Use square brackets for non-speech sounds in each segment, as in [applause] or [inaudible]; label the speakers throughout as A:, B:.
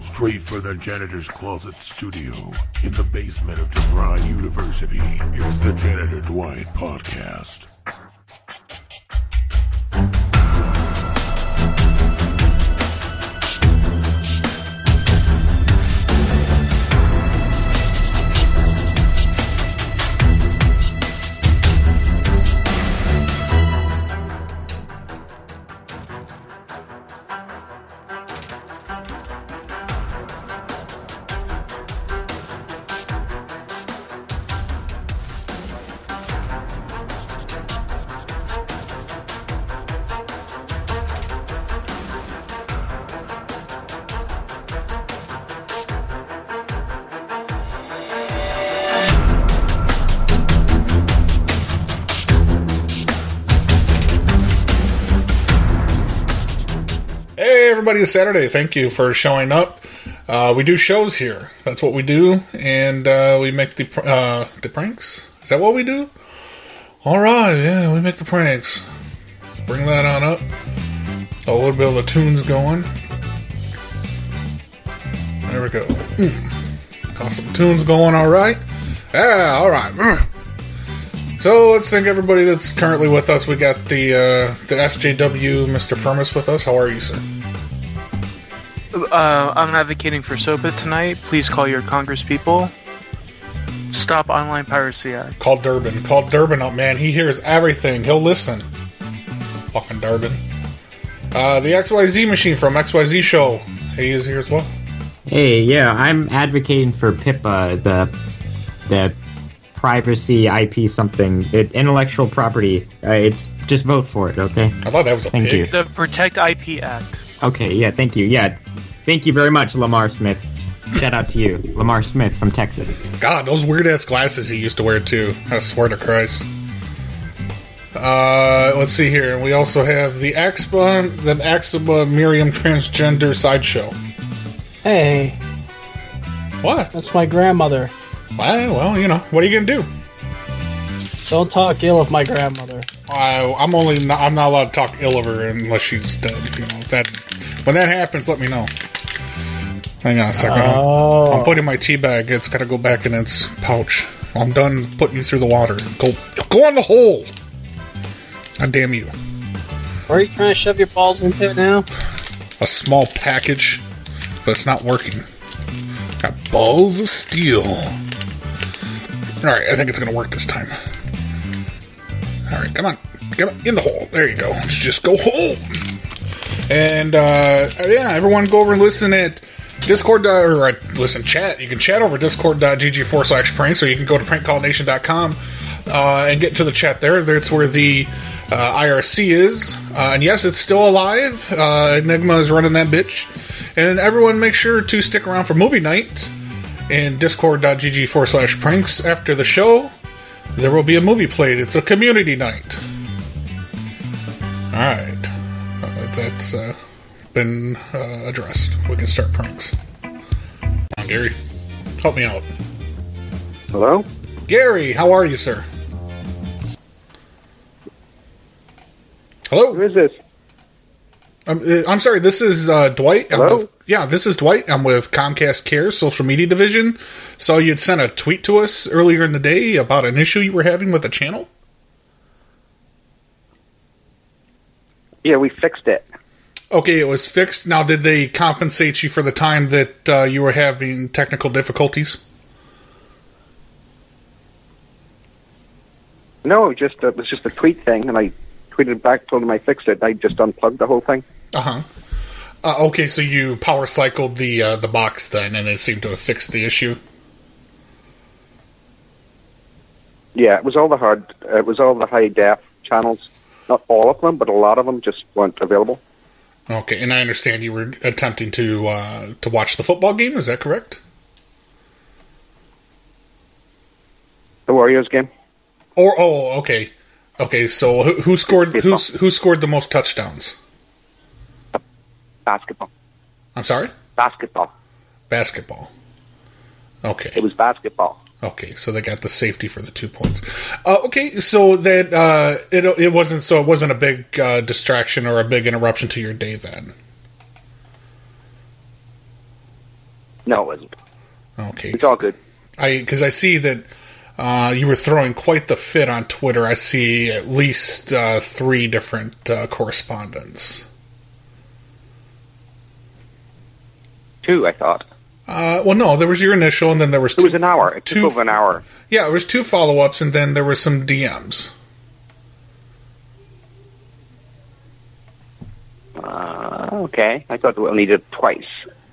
A: Straight from the Janitor's Closet studio in the basement of DeVry University, it's the Janitor Dwight Podcast.
B: Hey, everybody, it's Saturday. Thank you for showing up. Uh, we do shows here. That's what we do. And uh, we make the, pr- uh, the pranks. Is that what we do? All right, yeah, we make the pranks. Let's bring that on up. Got A little bit of the tunes going. There we go. Mm. Got some tunes going, all right. Yeah, all right. Mm. So let's thank everybody that's currently with us. We got the uh, the SJW Mr. Firmus with us. How are you, sir?
C: Uh, I'm advocating for SOPA tonight. Please call your congresspeople. Stop Online Piracy Act.
B: Call Durbin. Call Durbin up, man. He hears everything. He'll listen. Fucking Durbin. Uh, the XYZ machine from XYZ Show. He is here as well.
D: Hey, yeah, I'm advocating for PIPA, the the privacy IP something, it, intellectual property. Uh, it's just vote for it, okay?
B: I thought that was a
D: Thank
B: pig.
C: The Protect IP Act.
D: Okay, yeah, thank you. Yeah, thank you very much, Lamar Smith. Shout out to you, Lamar Smith from Texas.
B: God, those weird ass glasses he used to wear too. I swear to Christ. Uh, let's see here. We also have the Axba, the Axba Miriam transgender sideshow.
E: Hey,
B: What?
E: that's my grandmother.
B: Well, Eh, well, you know, what are you gonna do?
E: Don't talk ill of my grandmother.
B: I, I'm only not, I'm not allowed to talk ill of her unless she's dead. You know, that's when that happens. Let me know. Hang on a second. I'm-
E: Oh.
B: I'm putting my tea bag. It's gotta go back in its pouch. I'm done putting you through the water. Go, go on the hole. God damn you!
E: Where are you trying to shove your balls into it now?
B: A small package, but it's not working. Got balls of steel. All right, I think it's gonna work this time. All right, come on, come on, in the hole. There you go. Let's just go hole. And uh, yeah, everyone go over and listen at Discord uh, or uh, listen chat. You can chat over discord.gg forward slash pranks, or you can go to prankcallnation.com uh, and get to the chat there. That's where the uh, IRC is. Uh, and yes, it's still alive. Uh, Enigma is running that bitch. And everyone make sure to stick around for movie night in discord.gg forward slash pranks. After the show, there will be a movie played. It's a community night. All right, Uh, that's uh, been uh, addressed. We can start pranks. Come on, Gary, help me out.
F: Hello?
B: Gary, how are you, sir?
F: Who
B: Hello.
F: is this?
B: I'm, uh, I'm sorry. This is uh, Dwight. I'm
F: Hello?
B: with- yeah, this is Dwight. I'm with Comcast Care social media division. So you'd sent a tweet to us earlier in the day about an issue you were having with the channel.
F: Yeah, we fixed it.
B: Okay, it was fixed. Now, did they compensate you for the time that uh, you were having technical difficulties?
F: No, just it was just a tweet thing, and I tweeted back, told him I fixed it. I just unplugged the whole thing.
B: Uh-huh. Uh Okay, so you power cycled the uh, the box then, and it seemed to have fixed the issue.
F: Yeah, it was all the hard, uh, it was all the high def channels. Not all of them, but a lot of them just weren't available.
B: Okay, and I understand you were attempting to uh, to watch the football game. Is that correct?
F: The Warriors game.
B: Or oh, okay, okay. So who, who scored
F: Baseball.
B: who's who scored the most touchdowns?
F: Basketball.
B: I'm sorry,
F: Basketball.
B: basketball. Okay.
F: It was basketball.
B: Okay, so they got the safety for the two points. Uh, okay, so that uh, it it wasn't so it wasn't a big uh, distraction or a big interruption to your day then.
F: No, it isn't.
B: Okay.
F: It's all good.
B: I because I see that uh, you were throwing quite the fit on Twitter. I see at least uh, three different uh, correspondents.
F: Two, I thought.
B: Uh, well, no, there was your initial, and then there was
F: It
B: two,
F: was an hour. It took
B: two-
F: over an hour.
B: yeah, there was two follow ups, and then there were some DMs.
F: Uh, okay. I thought we only did it twice.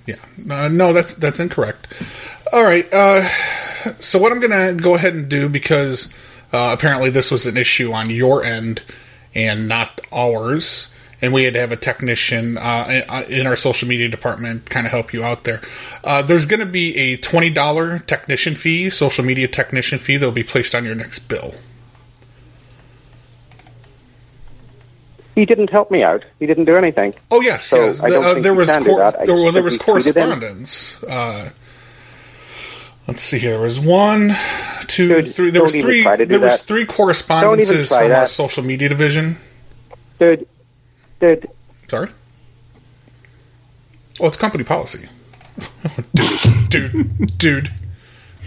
B: Yeah, uh, no, that's that's incorrect. All right, uh, so what I'm going to go ahead and do because uh, apparently this was an issue on your end and not ours, and we had to have a technician uh, in- uh, in our social media department kind of help you out there. Uh, there's going to be a twenty dollar technician fee, social media technician fee that'll be placed on your next bill.
F: He didn't help me out. He didn't do anything.
B: Oh yes,
F: So,
B: yes.
F: I don't
B: The- uh,
F: think
B: there
F: you
B: was
F: can do
B: cor-
F: that. I
B: there, well, there
F: think
B: was
F: we treated them.
B: correspondence. Uh, let's see here. There was one, two, three.
F: Dude,
B: There was
F: don't even
B: three.
F: try to do
B: There was
F: that.
B: three correspondences
F: try
B: from our
F: that.
B: social media division.
F: Dude, dude,
B: Sorry. Well, it's company policy. dude, dude, dude,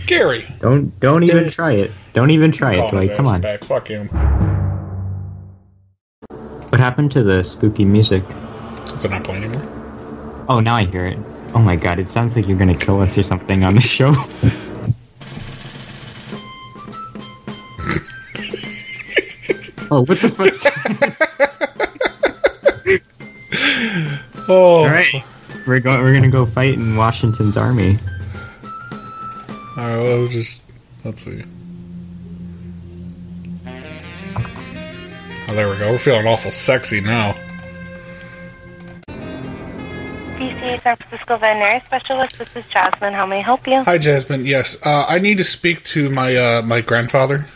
B: Gary.
D: Don't don't even try it. Don't even try it,
B: Calling his
D: Dwight. Come
B: ass
D: on.
B: back. Fuck him.
D: What happened to the spooky music?
B: Is it not playing anymore?
D: Oh, now I hear it. Oh my god, it sounds like you're gonna kill us or something on the show. [laughs] oh, what the fuck?
B: Oh,
G: Oh.
D: All right, we're going. We're gonna go fight in Washington's army.
B: All right, well, just let's see. Oh, there we go. We're feeling awful sexy now.
H: PCA San Francisco Veterinary Specialist. This is Jasmine. How may I help you?
B: Hi, Jasmine. Yes, uh, I need to speak to my uh, my grandfather.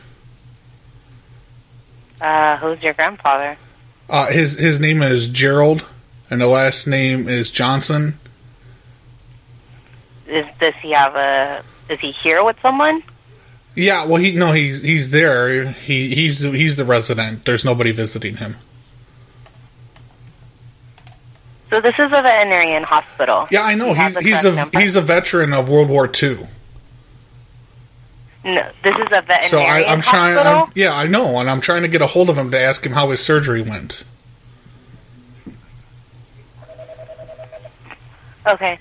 H: Uh, who's your grandfather?
B: Uh, his his name is Gerald, and the last name is Johnson.
H: Is does he have a? Is he here with someone?
B: Yeah, well, he no, he's he's there. He he's he's the resident. There's nobody visiting him.
H: So this is a veterinarian hospital.
B: Yeah, I know.
H: You have
B: He's
H: the
B: he's
H: correct
B: a
H: number?
B: he's a veteran of World War II.
H: No, this is a veterinarian
B: So I, I'm trying.
H: hospital.
B: I'm, yeah, I know, and I'm trying to get a hold of him to ask him how his surgery went.
H: okay,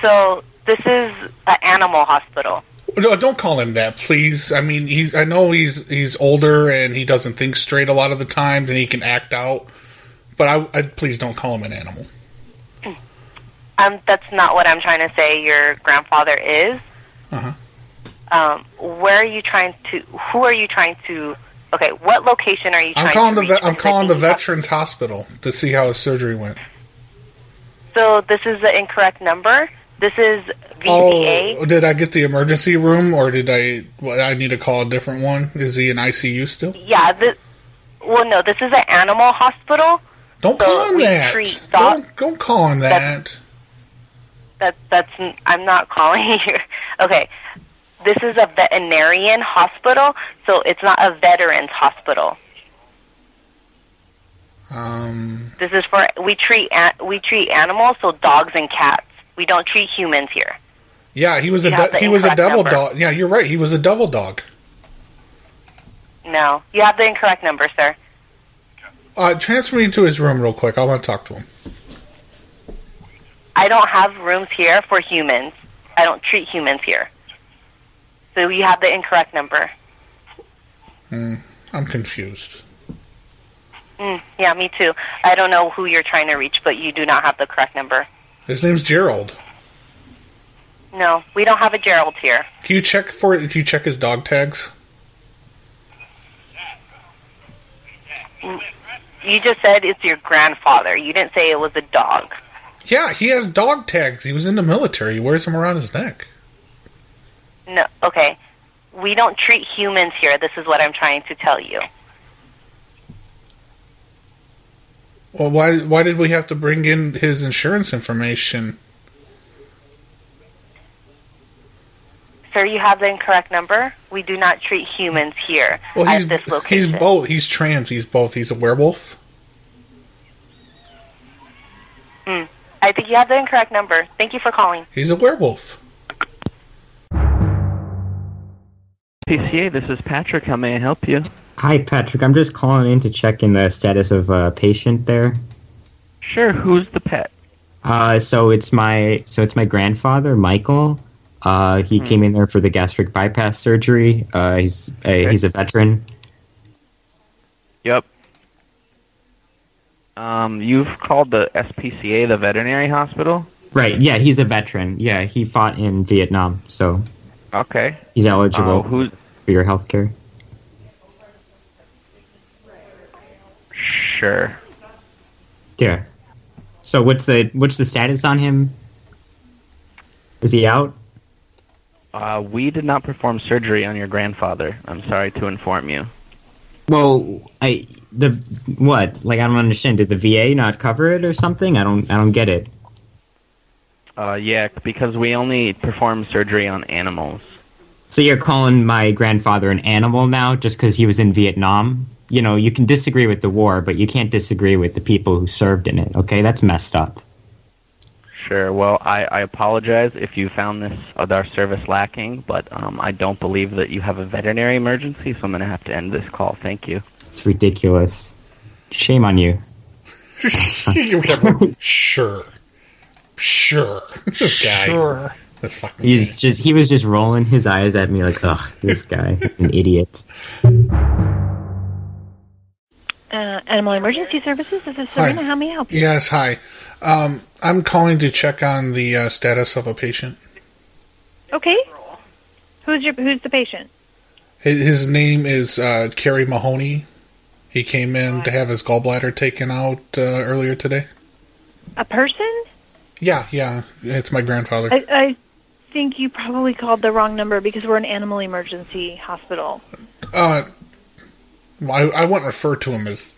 H: so this is an animal hospital.
B: No, don't call him that, please. I mean, he's. I know he's he's older and he doesn't think straight a lot of the times, and he can act out. But I, I please don't call him an animal.
H: Um, that's not what I'm trying to say. Your grandfather is.
B: Uh-huh.
H: Um, where are you trying to? Who are you trying to? Okay, what location are you? trying
B: I'm calling
H: to
B: the vet
H: reach?
B: I'm
H: Because I
B: calling the
H: think you have-
B: Veterans Hospital to see how his surgery went.
H: So this is the incorrect number. This is VBA.
B: Oh, did I get the emergency room or did I? What, I need to call a different one. Is he in ICU still?
H: Yeah. This, well, no, this is an animal hospital.
B: Don't
H: So
B: call him
H: we
B: that.
H: treat dog-
B: Don't don't call him that.
H: That that's n- I'm not calling [laughs] you. Okay, this is a veterinarian hospital, so it's not a veterans hospital.
B: Um,
H: This is for we treat a, we treat animals, so dogs and cats. We don't treat humans here.
B: yeah, he was a
H: You have
B: de-
H: the
B: he was a
H: incorrect
B: devil
H: number.
B: dog. Yeah, you're right. He was a devil dog.
H: No, you have the incorrect number, sir.
B: Uh, transfer me to his room real quick. I want to talk to him.
H: I don't have rooms here for humans. I don't treat humans here. So you have the incorrect number.
B: Hmm, I'm confused.
H: Mm, yeah, me too. I don't know who you're trying to reach, but you do not have the correct number.
B: His name's Gerald.
H: No, we don't have a Gerald here.
B: Can you check for Can you check his dog tags?
H: Mm, You just said it's your grandfather. You didn't say it was a dog.
B: Yeah, he has dog tags. He was in the military. He wears them around his neck.
H: No, okay. We don't treat humans here. This is what I'm trying to tell you.
B: Well, why why did we have to bring in his insurance information?
H: Sir, you have the incorrect number. We do not treat humans here
B: Well,
H: at
B: he's
H: this location.
B: he's both. He's trans. He's both. He's a werewolf.
H: mm. I I think you have the incorrect number. Thank you for calling.
B: He's a werewolf.
I: PCA, this is Patrick. How may I help you?
D: Hi, Patrick. I'm just calling in to check in the status of a patient there.
I: Sure, who's the pet?
D: Uh, so it's my so it's my grandfather, Michael. Uh, he came in there for the gastric bypass surgery. Uh, he's uh, he's a veteran.
I: Yep. Um, you've called the SPCA, the veterinary hospital?
D: Right. Yeah, he's a veteran. Yeah, he fought in Vietnam, so
I: Okay.
D: he's
I: Uh,
D: eligible
I: who's
D: for your health care.
I: sure?
D: Yeah. So what's the what's the status on him? Is he out?
I: Uh, we did not perform surgery on your grandfather. I'm sorry to inform you.
D: Well, I the what? Like I don't understand. Did the VA not cover it or something? I don't I don't get it.
I: Uh, yeah, because we only perform surgery on animals.
D: So you're calling my grandfather an animal now just because he was in Vietnam? You know, you can disagree with the war, but you can't disagree with the people who served in it. Okay, that's messed up.
I: Sure. Well, I, I apologize if you found this uh, our service lacking, but um, I don't believe that you have a veterinary emergency, so I'm going to have to end this call. Thank you.
D: It's ridiculous. Shame on you.
B: [laughs] You can- sure. Sure. [laughs] This guy.
E: Sure.
B: That's fucking
D: He's just he was just rolling his eyes at me like, ugh,
J: [laughs]
D: this guy, an idiot.
K: Uh, Animal Emergency Services, this is
B: Hi.
K: Serena. How may I help you?
B: Yes, hi. Um, I'm calling to check on the uh, status of a patient.
K: Okay. Who's your Who's the patient?
B: His, his name is uh, Kerry Mahoney. He came in to have his gallbladder taken out uh, earlier today.
K: A person?
B: Yeah, yeah, it's my grandfather.
K: I, I think you probably called the wrong number because we're an animal emergency hospital.
B: Uh, well, I, I wouldn't refer to him as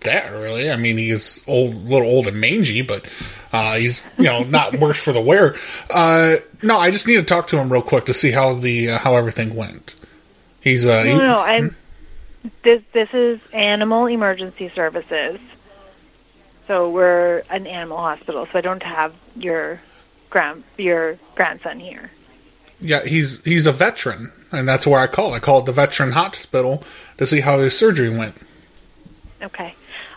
B: that really. I mean, he's old, a little old and mangy, but uh, he's
K: [laughs]
B: you know not worse for the wear. Uh, no, I just need to talk to him real quick to see how the uh, how everything went. He's uh,
K: No, no,
B: he-
K: no, I'm. This This is Animal Emergency Services. So we're an animal hospital. So I don't have your grand your grandson here.
B: yeah, he's he's a veteran, and that's where I called. I called the veteran hospital to see how his surgery went.
K: Okay.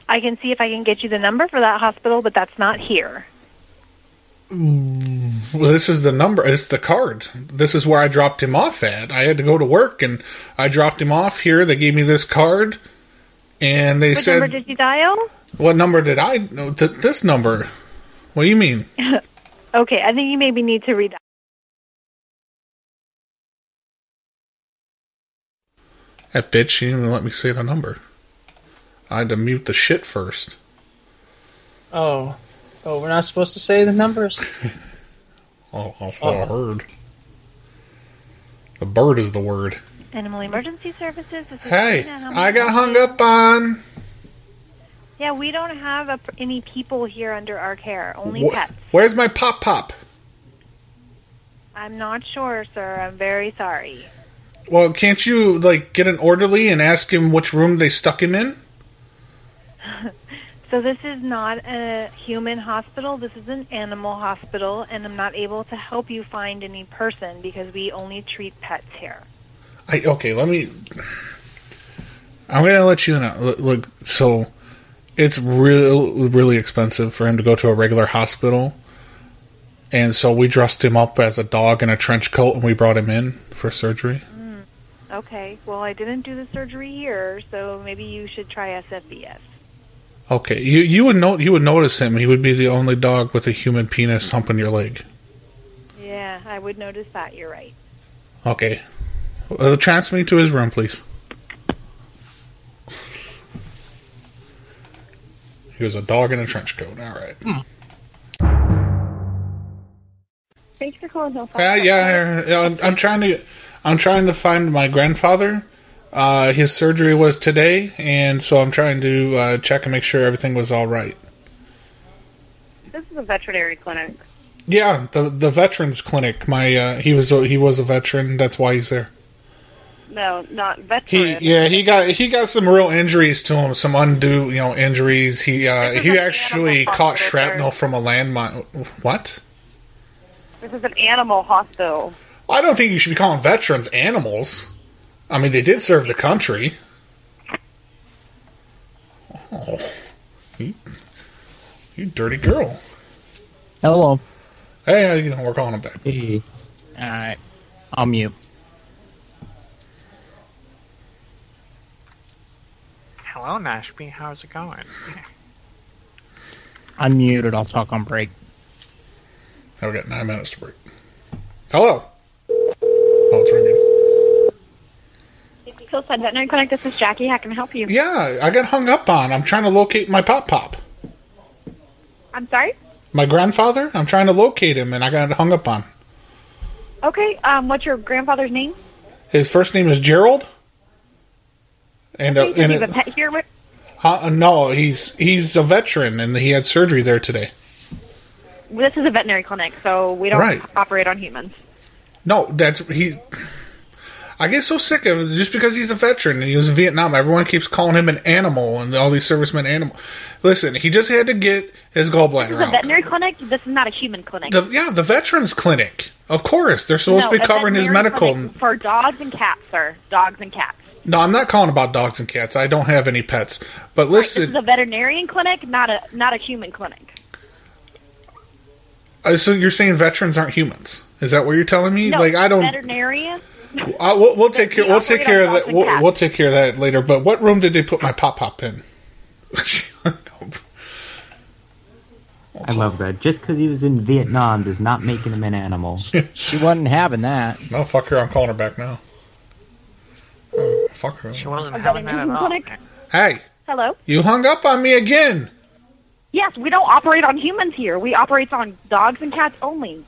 K: I can see if I can get you the number for that hospital, but that's not here.
B: Well, this is the number. It's the card. This is where I dropped him off at. I had to go to work, and I dropped him off here. They gave me this card, and they
K: What
B: said,
K: number did you dial?
B: "What number did I? No, th- this number. What do you mean?
K: [laughs] Okay, I think you maybe need to read.
B: That bitch. She didn't even let me say the number. I had to mute the shit first.
E: Oh. Oh, we're not supposed to say the numbers?
B: Oh, that's what I heard. The bird is the word.
K: Animal Emergency Services. This is
B: Hey,
K: Serena. How may
B: I
K: help
B: got hung
K: you?
B: up on.
K: Yeah, we don't have a, any people here under our care. Only
B: Wh-
K: pets.
B: Where's my pop pop?
K: I'm not sure, sir. I'm very sorry.
B: Well, can't you like get an orderly and ask him which room they stuck him in?
K: So this is not a human hospital. This is an animal hospital, and I'm not able to help you find any person because we only treat pets here.
B: I okay. Let me. I'm gonna let you know. Look, look, so it's real, really expensive for him to go to a regular hospital, and so we dressed him up as a dog in a trench coat and we brought him in for surgery.
K: Hmm, Okay. Well, I didn't do the surgery here, so maybe you should try SFBS.
B: Okay, you you would know you would notice him. He would be the only dog with a human penis humping your leg.
K: Yeah, I would notice that. You're right.
B: Okay, uh, transfer me to his room, please. He was a dog in a trench coat. All right.
K: Thanks for calling. Health
B: Uh, yeah, yeah, I'm, I'm trying to, I'm trying to find my grandfather. Uh, his surgery was today, and so I'm trying to uh, check and make sure everything was all right.
K: This is a veterinary clinic.
B: Yeah, the the veterans clinic. My uh, he was a, he was a veteran. That's why he's there.
L: No, not
B: He
L: veteran.
B: yeah he got he got some real injuries to him, some undue you know injuries. He uh, he actually caught shrapnel from a landmine. What?
L: This is an animal hospital.
B: I don't think you should be calling veterans animals. I mean, they did serve the country. Oh, you, you dirty girl!
J: Hello.
B: Hey, you know we're calling him back.
J: All right. I'll mute.
C: [laughs] Hello, Nashby. How's it going?
J: I'm muted. I'll talk on break.
B: Now we got nine minutes to break. Hello. Oh, it's ringing.
M: Phil said Veterinary Clinic, this is Jackie. How can I help you?
B: Yeah, I got hung up on. I'm trying to locate my pop pop.
M: I'm sorry?
B: My grandfather. I'm trying to locate him, and I got hung up on.
M: Okay, um, what's your grandfather's name?
B: His first name is Gerald. And uh,
M: Does he
B: and
M: have
B: it-
M: a pet here with
B: huh, no, he's he's a veteran, and he had surgery there today.
M: this is a veterinary clinic, so we don't
B: Right.
M: operate on humans.
B: No, that's he. I get so sick of it just because he's a veteran and he was in Vietnam. Everyone keeps calling him an animal and all these servicemen animal. Listen, he just had to get
M: This
B: his gallbladder
M: is a
B: out.
M: veterinary clinic. This is not a human clinic.
B: The, yeah, the veterans clinic. Of course, they're supposed
M: No,
B: to be
M: a
B: covering his
M: veterinary
B: medical.
M: clinic for dogs and cats, sir. Dogs and cats.
B: No, I'm not calling about dogs and cats. I don't have any pets. But
M: This
B: listen,
M: is a veterinarian clinic, not a not a human clinic.
B: uh, so you're saying veterans aren't humans? Is that what you're telling me?
M: No,
B: like I don't.
M: veterinarian.
B: I, we'll, we'll take care. We'll take
M: operate
B: care of
M: on
B: that.
M: dogs and
B: We'll,
M: cats.
B: we'll take care of that later. But what room did they put my pop pop in?
D: I love that. Just because he was in Vietnam does not make him an animal.
J: [laughs] she wasn't having that.
B: No, fuck her. I'm calling her back now. Oh, fuck her.
C: She wasn't
M: having that at all. Clinic.
B: Hey,
M: Hello.
B: you hung up on me again.
M: Yes, we don't operate on humans here. We operate on dogs and cats only.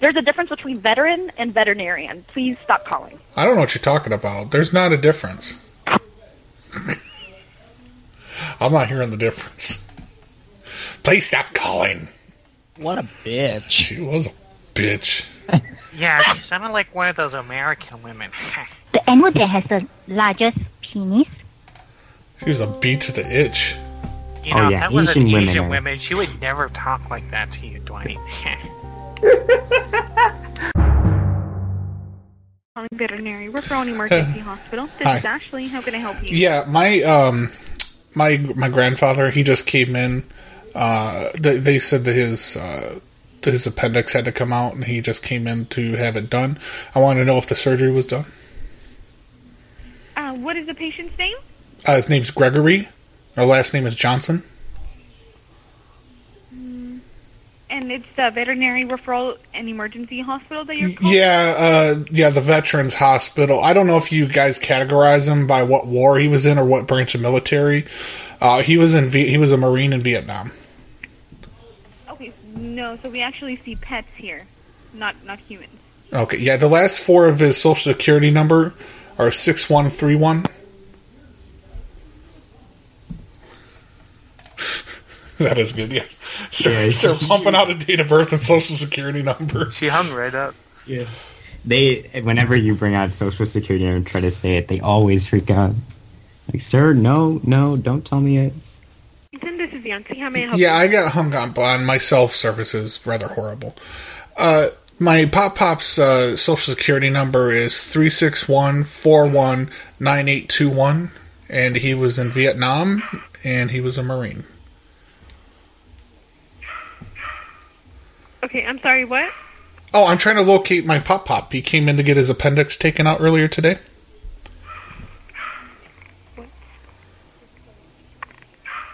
M: There's a difference between veteran and veterinarian. Please stop calling.
B: I don't know what you're talking about. There's not a difference. [laughs] I'm not hearing the difference. Please stop calling.
J: What a bitch.
B: She was a bitch.
C: yeah, she sounded like one of those American women. [laughs]
N: The animal that has the largest penis.
B: She was a bee to the itch.
C: You
B: Oh,
C: know,
B: yeah,
C: if that was
B: Asian
C: an
B: women
C: Asian
B: are-
C: woman, she would never talk like that to you, Dwight. [laughs]
L: Calling veterinary. We're Brownie Emergency Hospital. This
B: Hi.
L: is Ashley. How can I help you?
B: Yeah, my um, my my grandfather he just came in. Uh, they, they said that his uh, that his appendix had to come out, and he just came in to have it done. I want to know if the surgery was done.
L: Uh, what is the patient's name?
B: Uh, his name's Gregory. Our last name is Johnson.
L: Mm. And it's the veterinary referral and emergency hospital that you're
B: Yeah, uh, yeah, the Veterans Hospital. I don't know if you guys categorize him by what war he was in or what branch of military. Uh, he was in v- he was a Marine in Vietnam.
L: Okay, no, so we actually see pets here, not not humans.
B: Okay, yeah, the last four of his social security number are six one three one. [laughs] That is good. Yeah, start, start pumping out a date of birth and social security number.
C: She hung right up.
D: Yeah. They, whenever you bring out Social Security and try to say it, they always freak out. Like, sir, no, no, don't tell me it.
L: Ethan, this is Yancy. How may I help
B: Yeah, I got hung up on my self services. Rather horrible. Uh, my pop pop's uh, social security number is three six one four one nine eight two one, and he was in Vietnam, and he was a Marine.
L: you? Okay, I'm sorry, what?
B: Oh, I'm trying to locate my pop pop. He came in to get his appendix taken out earlier today.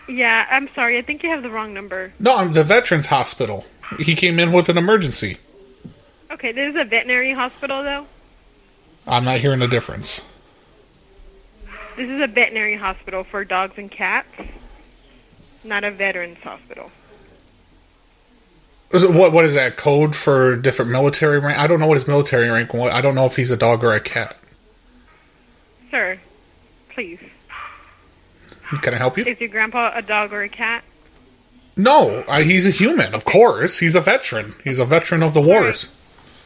L: Yeah, I'm sorry. I think you have the wrong number.
B: No, I'm the Veterans Hospital. He came in with an emergency.
L: Okay, this is a veterinary hospital, though.
B: I'm not hearing a difference.
L: This is a veterinary hospital for dogs and cats, not a veterans hospital.
B: Is it- what what is that code for different military rank? I don't know what his military rank was. I don't know if he's a dog or a cat.
L: Sir, please.
B: Can I help you?
L: Is your grandpa a dog or a cat?
B: No, I, he's a human, of course. He's a veteran. He's a veteran of the wars.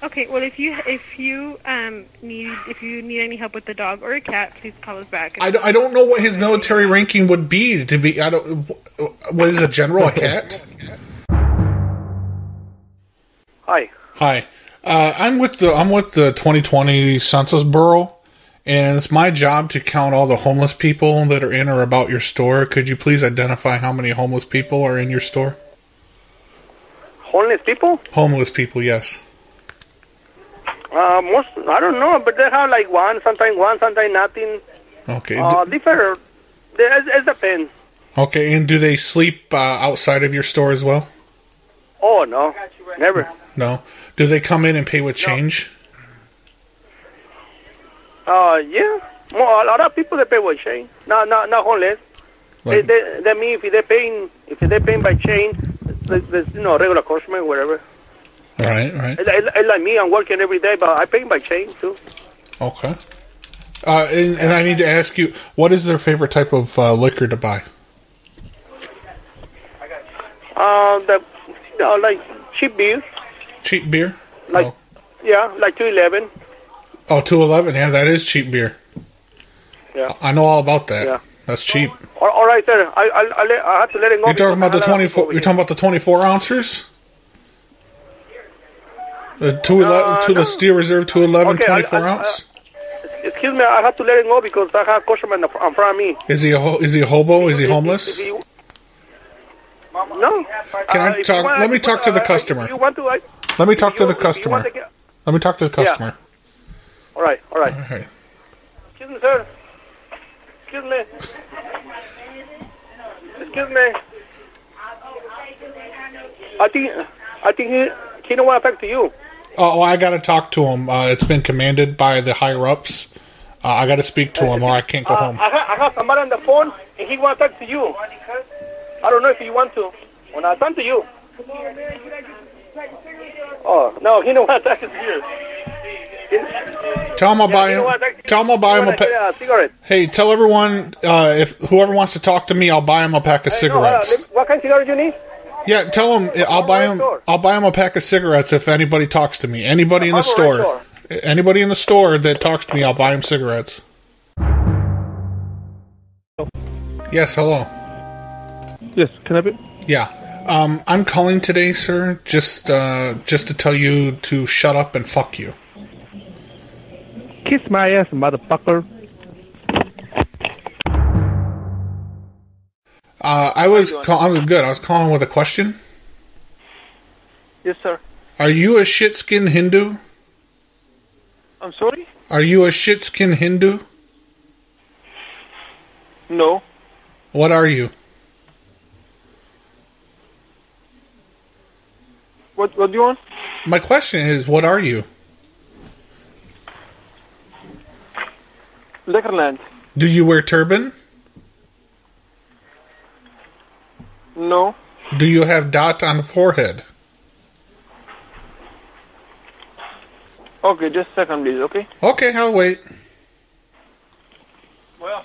L: Okay, well, if you if you um need if you need any help with the dog or a cat, please call us back.
B: I, don't- I don't know what his military ranking would be to be. I don't. What is a general? A cat?
G: Hi.
B: Hi, uh, I'm with the I'm with the 2020 Census Bureau, and it's my job to count all the homeless people that are in or about your store. Could you please identify how many homeless people are in your store?
G: Homeless people?
B: Homeless people, yes.
G: Uh, most I don't know, but they have like one, sometimes one, sometimes nothing.
B: Okay.
G: Uh, different. There is, it depends.
B: Okay, and do they sleep uh, outside of your store as well?
G: Oh no, never.
B: No. Do they come in and pay with change?
G: Uh, yeah. More, a lot of people they pay with chain. No, no, not homeless.
B: Like-
G: they, they, they mean if they paying if they paying by chain, there's, there's you know regular customer
B: Eh?
G: whatever.
B: All right, all right.
G: It's, it's- it's like me, I'm working every day, but I pay by chain too.
B: Okay. Uh, and, and I need to ask you, what is their favorite type of uh, liquor to buy?
G: Uh, the you know, like cheap beer,
B: Cheap beer?
G: like yeah, like two eleven.
B: Oh, 211. Yeah, that is cheap beer.
G: Yeah.
B: I know all about that.
G: Yeah.
B: That's cheap.
G: All, all right, sir. I I I, let, I have to let it go.
B: You're Oh. talking about the
G: because I have a lot of
B: 24
G: people
B: you're talking about the 24 ounces? The 211 to the steel reserve 211
G: Uh, Okay, I-
B: 24
G: I- I-
B: ounce?
G: Excuse me, I have to let him go because I have customer in the- in front of me.
B: is he a ho- is he a hobo? Is he homeless?
G: If you- no.
B: Can I
G: if
B: talk-
G: you wanna-
B: let me talk to the
G: uh, uh,
B: customer.
G: if You want to? I,
B: Let me talk to the
G: if you want
B: customer.
G: to get,
B: Let me talk to the
G: Yeah.
B: customer.
G: all right, all right.
B: All right.
G: Excuse me, sir. Excuse me. Excuse me. I think I think he he don't want to talk to you.
B: Oh, I got to talk to him. Uh, it's been commanded by the higher ups. Uh, I got to speak to him, or I can't go
G: Uh,
B: home.
G: I, ha- I have somebody on the phone, and he want to talk to you. I don't know if you want to. When I talk to you. Oh no, he don't [laughs] want to talk to you.
B: Tell him I'll buy
G: you
B: him.
G: know what, that-
B: Tell him I'll buy him a
G: wanna uh, get
B: pack.
G: a cigarette.
B: Hey, tell everyone uh, if whoever wants to talk to me, I'll buy him a pack of
G: uh,
B: cigarettes.
G: What kind of cigarette you need?
B: Yeah, tell him I'll buy him. I'll buy him a pack of cigarettes if anybody talks to me. Anybody in the
G: I'm all right,
B: store, anybody in the store that talks to me, I'll buy him cigarettes. Yes, hello.
O: Yes, can I be?
B: Yeah, um, I'm calling today, sir. Just, uh, just to tell you to shut up and fuck you.
O: Kiss my ass, motherfucker.
B: Uh, I was, call- I was good. I was calling with a question.
G: Yes, sir.
B: Are you a shitskin Hindu?
G: I'm sorry.
B: Are you a shitskin Hindu?
G: No.
B: What are you?
G: What What do you want?
B: My question is, what are you?
G: Liquorland.
B: Do you wear turban?
G: No.
B: Do you have dot on forehead?
G: Okay, just a second, please. Okay.
B: Okay, I'll wait.
G: Well.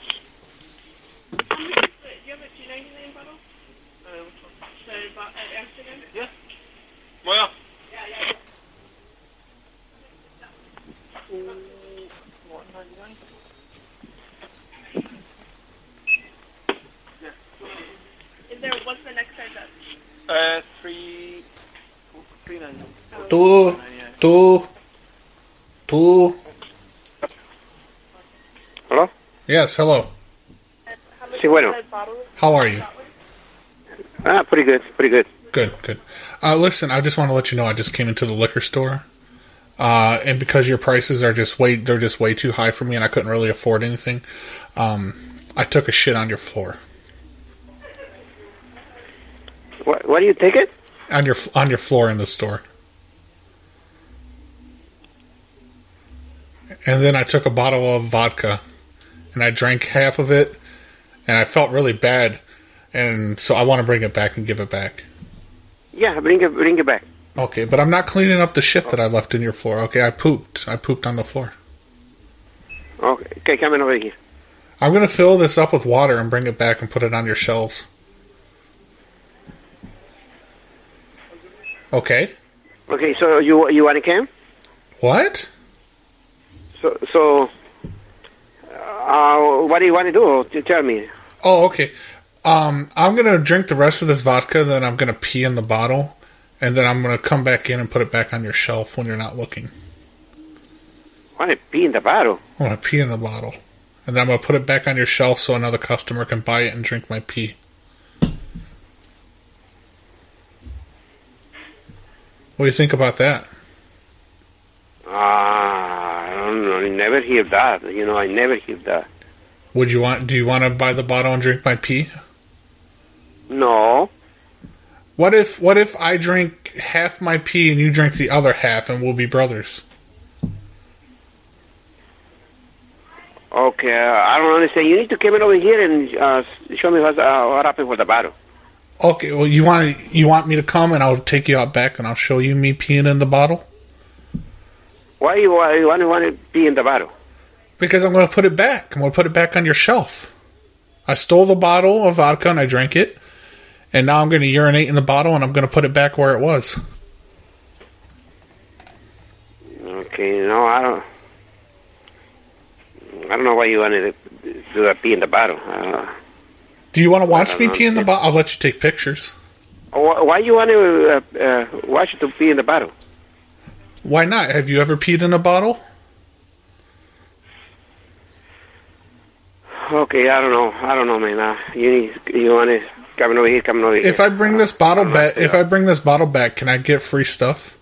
G: Well.
L: Is there what's the next size up?
G: Uh, three, three nine.
B: Two, two, two.
G: Hello?
B: Yes, hello.
G: Sí, bueno.
B: How are you?
G: Ah, pretty good. Pretty good.
B: Good, good. Uh, listen, I just want to let you know I just came into the liquor store, uh, and because your prices are just way they're just way too high for me, and I couldn't really afford anything, um, I took a shit on your floor,
G: What, what do you take it?
B: on your on your floor in the store, and then I took a bottle of vodka, and I drank half of it, and I felt really bad, and so I want to bring it back and give it back.
G: Yeah, bring it, bring it back.
B: Okay, but I'm not cleaning up the shit that I left in your floor. Okay, I pooped. I pooped on the floor.
G: Okay, okay, coming over here.
B: I'm gonna fill this up with water and bring it back and put it on your shelves. Okay.
G: Okay, so you you want to come?
B: What?
P: So, so uh, what do you want to do? T- Tell me.
B: Oh, okay. Um, I'm gonna drink the rest of this vodka, then I'm gonna pee in the bottle, and then I'm gonna come back in and put it back on your shelf when you're not looking.
P: Want to pee in the bottle?
B: I'm gonna pee in the bottle, and then I'm gonna put it back on your shelf so another customer can buy it and drink my pee. What do you think about that?
P: Ah, I don't know. I never hear that. You know, I never hear that.
B: Would you want? Do you want to buy the bottle and drink my pee?
P: No.
B: What if? What if I drink half my pee and you drink the other half, and we'll be brothers?
P: Okay, uh, I don't understand. You need to come in over here and uh, s- show me what's, uh, what happened with the bottle.
B: Okay. Well, you want you want me to come, and I'll take you out back, and I'll show you me peeing in the bottle
P: Why you, why you want, want to pee in the bottle?
B: because I'm going to put it back. I'm going to put it back on your shelf. I stole the bottle of vodka and I drank it, and now I'm going to urinate in the bottle, and I'm going to put it back where it was.
P: Okay, no, I don't. I don't know why you wanted to do that pee in the bottle. Uh,
B: Do you want to watch
P: I
B: me
P: don't
B: pee in the bottle? I'll let you take pictures.
P: wh- why you want to uh, uh, wash it to pee in the bottle?
B: Why not? Have you ever peed in a bottle?
P: Okay, I don't know. I don't know, man. Uh, you need, you want to come over here, come over here.
B: If I bring this bottle back, if I bring this bottle back, can I get free stuff?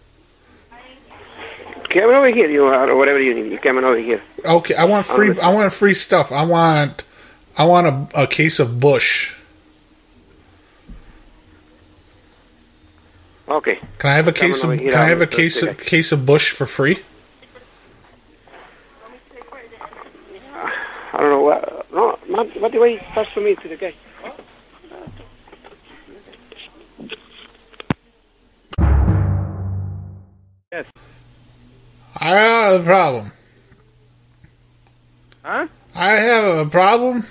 P: Come over here, you are, or whatever you need. You coming over here.
B: Okay, I want free. I want free stuff. I want. I want a, a case of Bush.
P: Okay.
B: Can I have a
P: Coming
B: case
P: over
B: of?
P: here,
B: Can I have a
P: I'll-
B: case of case of Bush for free?
P: Uh, I don't know what. No, man, what the way you pass for me to the guy?
B: I have a problem.
G: Huh?
B: I have a problem.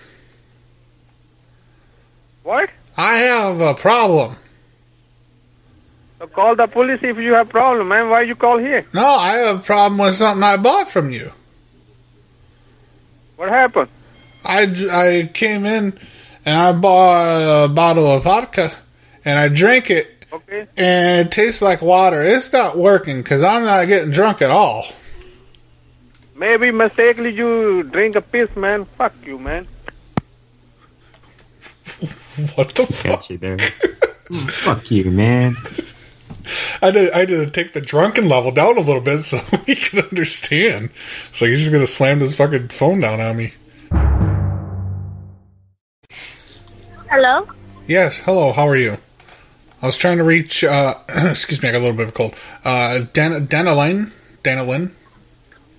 G: What?
B: I have a problem.
G: So call the police if you have problem, man. Why you call here?
B: No, I have a problem with something I bought from you.
G: What happened?
B: I, j- I came in and I bought a bottle of vodka and I drank it.
G: Okay.
B: And it tastes like water. It's not working because I'm not getting drunk at all.
G: Maybe mistakenly you drink a piss, man. Fuck you, man.
B: [laughs] What the fuck?
D: Got you there. Fuck you, man.
B: I did. I did take the drunken level down a little bit [laughs] so he could understand. It's like he's just gonna slam this fucking phone down on me.
N: Hello?
B: Yes. Hello. How are you? I was trying to reach. Uh, [clears throat] excuse me. I got a little bit of a cold. Uh, Dana, Dana Lynn. Dana Lynn.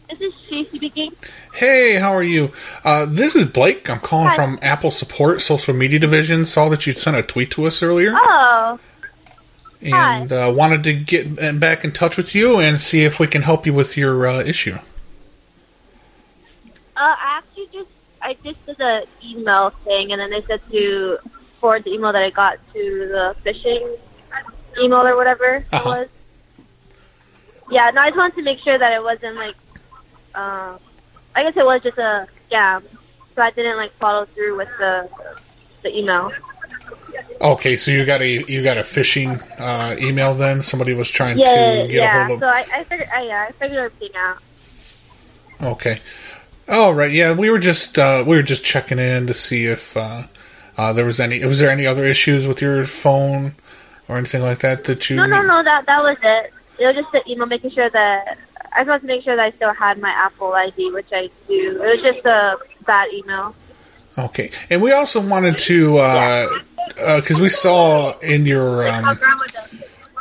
Q: This is she speaking.
B: Hey, how are you? Uh, this is Blake. I'm calling from Apple Support Social Media Division. Saw that you'd sent a tweet to us earlier.
Q: Oh,
B: and uh, wanted to get uh, back in touch with you and see if we can help you with your uh, issue.
Q: uh, I actually just I just did the email thing, and then they said to forward the email that I got to the phishing email or whatever it
B: Uh-huh.
Q: was. Yeah, no, I just wanted to make sure that it wasn't like, uh, I guess it was just a scam, so I didn't like follow through with the the email.
B: Okay, so you got a you got a phishing uh, email then? Somebody was trying
Q: Yeah,
B: to get a
Q: yeah.
B: hold of.
Q: So I, I figured, I, yeah, I figured everything out.
B: Okay. All right. Yeah, we were just uh, we were just checking in to see if uh, uh, there was any was there any other issues with your phone or anything like that that you
Q: No, no, no. That that was it. It was just the email, making sure that I just wanted to make sure that I still had my Apple ID, which I do. It was just a bad email.
B: Okay. And we also wanted to because uh 'cause we saw in your um,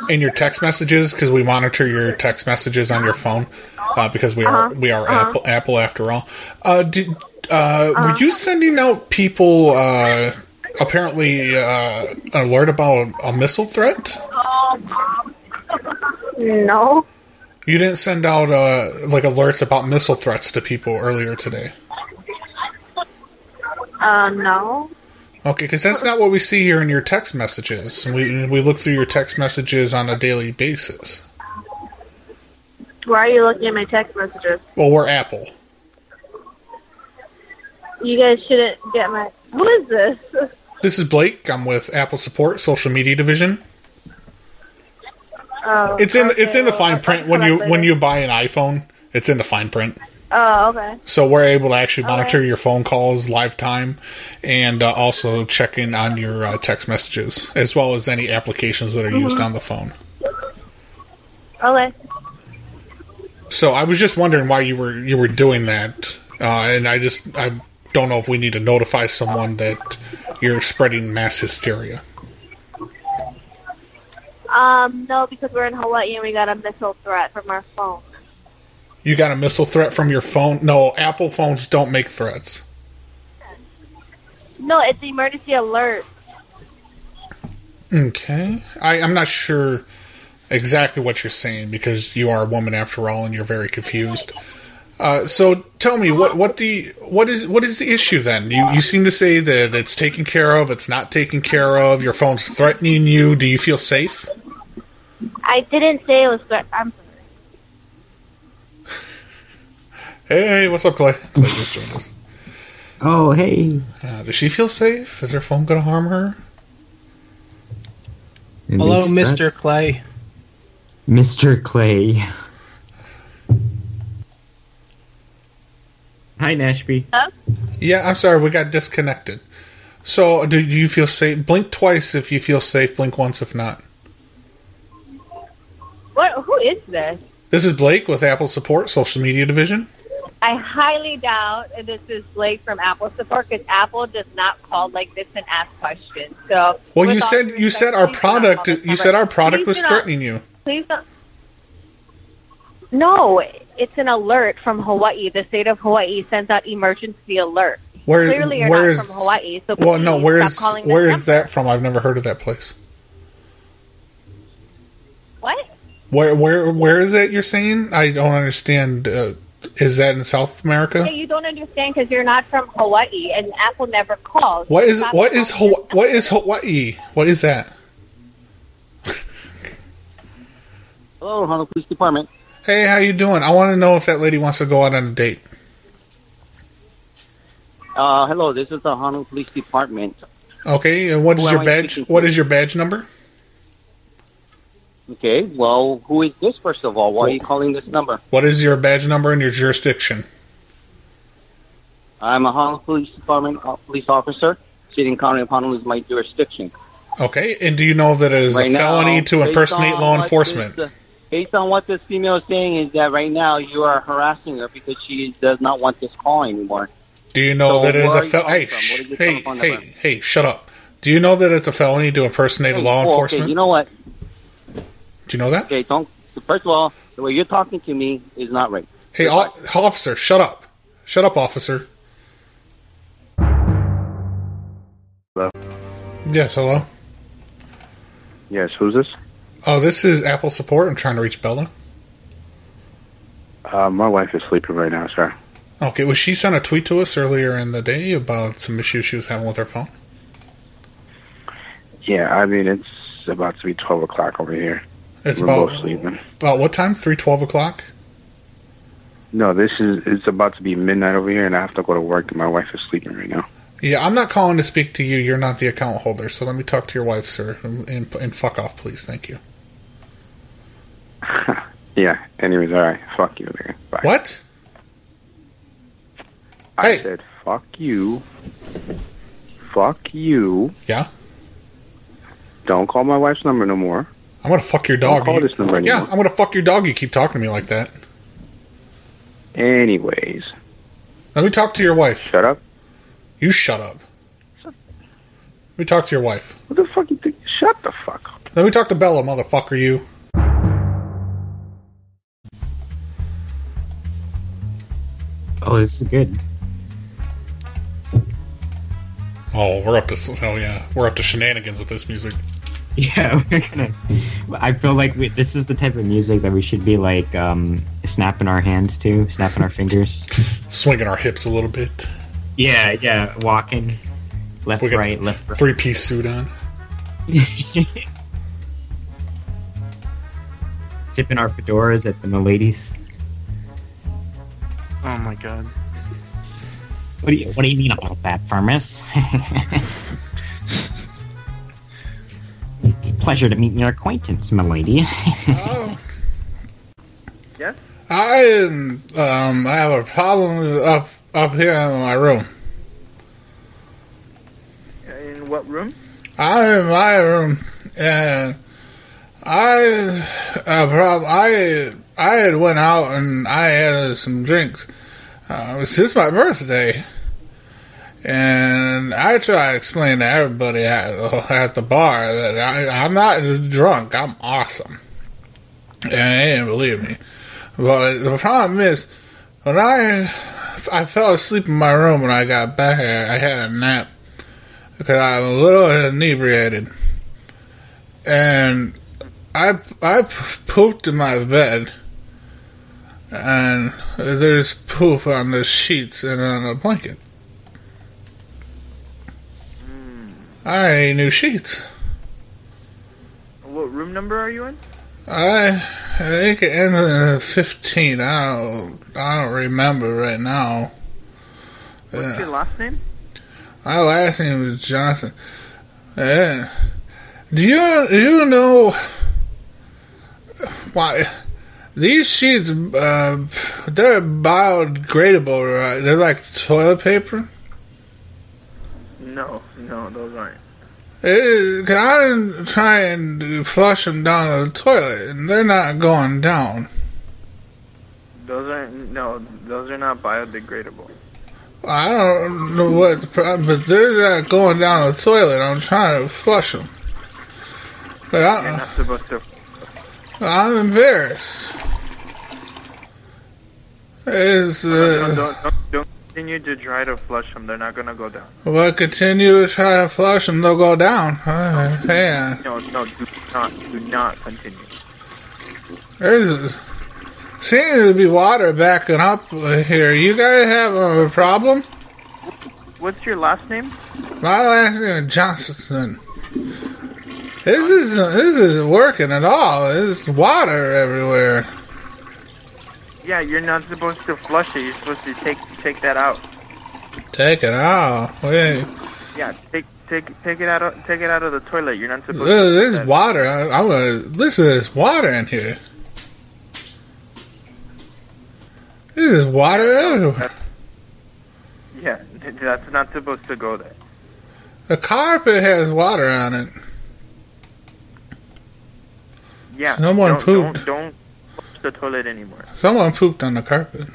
B: in your text messages because we monitor your text messages on your phone uh, because we are
Q: Uh-huh.
B: we are
Q: Uh-huh.
B: Apple Apple after all. Uh, did uh, were you sending out people uh, apparently uh, an alert about a, a missile threat?
Q: No.
B: You didn't send out uh, like alerts about missile threats to people earlier today.
Q: Uh, no.
B: Okay, because that's not what we see here in your text messages. We we look through your text messages on a daily basis.
Q: Why are you looking at my text messages?
B: Well, we're Apple.
Q: You guys shouldn't get my. Who is this? [laughs]
B: This is Blake. I'm with Apple Support Social Media Division.
Q: Oh,
B: It's in
Q: okay,
B: it's in the
Q: well,
B: fine
Q: I'll
B: print
Q: come
B: when
Q: up
B: you
Q: later.
B: when you buy an iPhone. It's in the fine print.
Q: Oh, okay.
B: So we're able to actually
Q: All
B: monitor
Q: right.
B: your phone calls live time, and uh, also check in on your uh, text messages as well as any applications that are used
Q: Mhm.
B: on the phone.
Q: Okay.
B: So I was just wondering why you were you were doing that, uh, and I just I don't know if we need to notify someone that you're spreading mass hysteria.
Q: Um, no, because we're in Hawaii and we got a missile threat from our phone.
B: You got a missile threat from your phone? No, Apple phones don't make threats.
Q: No, it's the emergency alert.
B: Okay, I, I'm not sure exactly what you're saying because you are a woman after all, and you're very confused. Uh, so tell me what what the what is what is the issue then? You you seem to say that it's taken care of, it's not taken care of. Your phone's threatening you. Do you feel safe?
Q: I didn't say it was threat. I'm
B: Hey, what's up, Clay? Clay just joined us.
D: Oh, hey.
B: Uh, does she feel safe? Is her phone going to harm her?
E: Hello,
D: Makes
E: Mr.
D: sense.
E: Clay.
D: Mr. Clay. Hi, Nashby.
B: Yeah, I'm sorry, we got disconnected. So, do do you feel safe? Blink twice if you feel safe. Blink once if not.
Q: What? Who is this?
B: This is Blake with Apple Support Social Media Division.
Q: I highly doubt this is Blake from Apple support because Apple does not call like this and ask questions. So,
B: Well,
Q: with
B: you
Q: all
B: said
Q: due
B: you
Q: respect,
B: said
Q: please
B: our
Q: do not
B: product.
Q: call this
B: You
Q: number.
B: said our product
Q: Please
B: was
Q: do not-
B: threatening you.
Q: Please don't. No, it's an alert from Hawaii. The state of Hawaii sends out emergency alert.
B: Where?
Q: Clearly, you're
B: where
Q: not
B: is-
Q: from Hawaii, so
B: well, no.
Q: please
B: Where
Q: stop
B: is
Q: calling this
B: where is that from? I've never heard of that place.
Q: What?
B: Where where where is it? You're saying? I don't understand. Uh, is that in South America?
Q: Yeah, you don't understand because you're not from Hawaii, and Apple never calls.
B: What is
Q: Stop
B: what is Hawaii, what is Hawaii? What is that?
R: Hello, Honolulu Police Department.
B: Hey, how you doing? I want to know if that lady wants to go out on a date.
R: Uh, hello, this is the Honolulu Police Department.
B: Okay, and what is
R: Who am
B: your
R: I
B: badge?
R: speaking to?
B: What is your badge number?
R: Okay, well, who is this, first of all? Why are you calling this number?
B: What is your badge number and your jurisdiction?
R: I'm a Honolulu Police Department uh, police officer. City and County of Honolulu is my jurisdiction.
B: Okay, and do you know that it is
R: Right
B: a
R: now,
B: felony to
R: based
B: impersonate
R: on
B: law
R: what
B: enforcement?
R: this, uh, based on what this female is saying, is that right now you are harassing her because she does not want this call anymore.
B: do you know
R: so
B: that it is
R: where
B: a
R: are you
B: fel-
R: calling
B: hey
R: from?
B: shh,
R: What is your
B: hey
R: telephone
B: hey
R: number?
B: hey shut up? Do you know that it's a felony to impersonate a law
R: Well,
B: enforcement?
R: Oh, Okay, you know what?
B: do you know that?
R: Okay, don't. First of all, the way you're talking to me is not right.
B: Hey, o- officer, shut up! Shut up, officer.
S: Hello?
B: Yes, hello.
S: Yes, who's this?
B: Oh, this is Apple Support. I'm trying to reach Bella.
S: Uh, my wife is sleeping right now, sir.
B: Okay, well, she sent a tweet to us earlier in the day about some issues she was having with her phone.
S: Yeah, I mean, it's about to be 12 o'clock over here.
B: It's
S: We're
B: about-
S: both sleeping.
B: About what time? Three twelve o'clock.
S: No, this is, it's about to be midnight over here, and I have to go to work, and my wife is sleeping right now.
B: Yeah, I'm not calling to speak to you. You're not the account holder, so let me talk to your wife, sir, and and, and fuck off, please. Thank you.
S: Yeah, anyways, alright. Fuck you, nigga. Bye.
B: What?
S: I said, fuck you. Fuck you.
B: Yeah?
S: Don't call my wife's number no more.
B: I'm gonna fuck your
S: Don't
B: dog.
S: call
B: You-
S: this number
B: yeah,
S: anymore.
B: I'm gonna fuck your dog. You keep talking to me like that.
S: Anyways.
B: Let me talk to your wife.
S: Shut up.
B: You shut up. Let me talk to your wife.
S: What the fuck you think? Shut the fuck
B: up. Let me talk to Bella, motherfucker. You.
D: Oh, this is good. [laughs]
B: Oh, we're up to s- oh yeah, we're up to shenanigans with this music.
D: Yeah, we're gonna. I feel like we, this is the type of music that we should be like um, snapping our hands to, snapping our fingers,
B: [laughs] swinging our hips a little bit.
D: Yeah, yeah, walking left,
B: We got
D: right, left, right.
B: Three piece suit on.
D: tipping our fedoras at the Miladies.
C: Oh my god.
D: What do you What do you mean about that, Farmers? [laughs] it's a pleasure to meet your acquaintance, [laughs] milady.
B: Oh.
G: Yes?
B: I am, um I have a problem up up here in my room.
G: In what room?
B: I'm in my room um, and I a problem. I I had went out and I had some drinks. Uh, it's just my birthday, and I try to explain to everybody at the, at the bar that I, I'm not drunk. I'm awesome, and they didn't believe me. But the problem is when I I fell asleep in my room when I got back here. I had a nap because I'm a little inebriated and I I pooped in my bed, and there's poop on the sheets and on the blanket. I need new sheets.
G: What room number are you in?
B: I I think it ended in fifteen. I don't I don't remember right now. Uh,
G: What's
B: Yeah.
G: your last name?
B: My last name was Johnson. Yeah. Do you do you know why these sheets? Uh, they're biodegradable, right? They're like toilet paper.
G: No, no, those aren't.
B: It is- 'cause I'm trying to flush them down the toilet, and they're not going down.
G: Those aren't. No, those are not biodegradable.
B: I don't know what the problem, but they're not going down the toilet. I'm trying to flush them, but I,
G: You're not supposed to.
B: I'm embarrassed. Is
G: Don't,
B: uh,
G: don't, don't, don't continue to try to flush them. They're not gonna go down.
B: if I continue to try to flush them, they'll go down. Uh, yeah,
G: No, no, do not, do not continue.
B: there's seems to be water backing up here. You guys have a problem?
G: What's your last name?
B: My last name is Johnson. This isn't this isn't working at all. There's water everywhere.
G: Yeah, you're not supposed to flush it. You're supposed to take take that out.
B: Take it out. Wait,
G: Yeah, take take take it out of take it out of the toilet. You're not supposed. to do
B: there's
G: that.
B: water. I, I'm gonna listen. There's water in here. This is water everywhere.
G: Yeah, th- that's not supposed to go there.
B: The carpet has water on it.
G: Yeah.
B: Someone
G: don't,
B: pooped.
G: Don't, don't flush the toilet anymore.
B: Someone pooped on the carpet.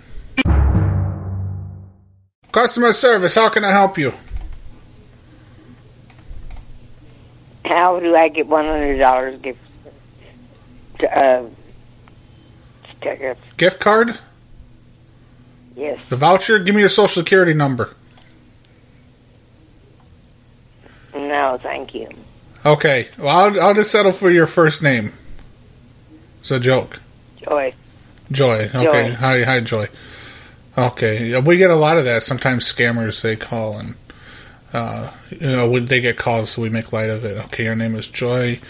B: Customer service, how can I help you?
T: How do I get one hundred dollars gift? Uh, sticker?
B: Gift card?
T: Yes,
B: The voucher? Give me your social security number.
T: no, thank you.
B: Okay. Well, I'll, I'll just settle for your first name. It's a joke.
T: Joy.
B: Joy. Okay.
T: Joy.
B: Hi, hi, Joy. Okay. Yeah, We get a lot of that. Sometimes scammers they call and uh, you know we, they get calls, so we make light of it. Okay, your name is Joy.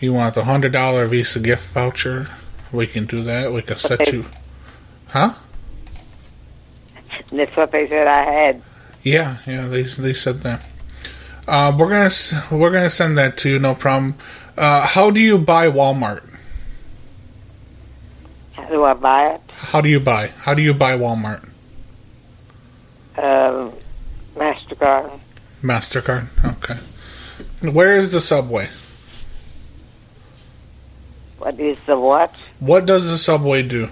B: You want the hundred dollar Visa gift voucher? We can do that. We can set you. Huh?
T: That's what they said I had.
B: Yeah, yeah. They they said that. Uh, we're gonna s- we're gonna send that to you. No problem. Uh, how do you buy Walmart?
T: How do I buy
B: How do you buy? How do you buy Walmart?
T: it? Um, Mastercard.
B: Mastercard. Okay. Where is the subway?
T: What is the what?
B: What does the subway do?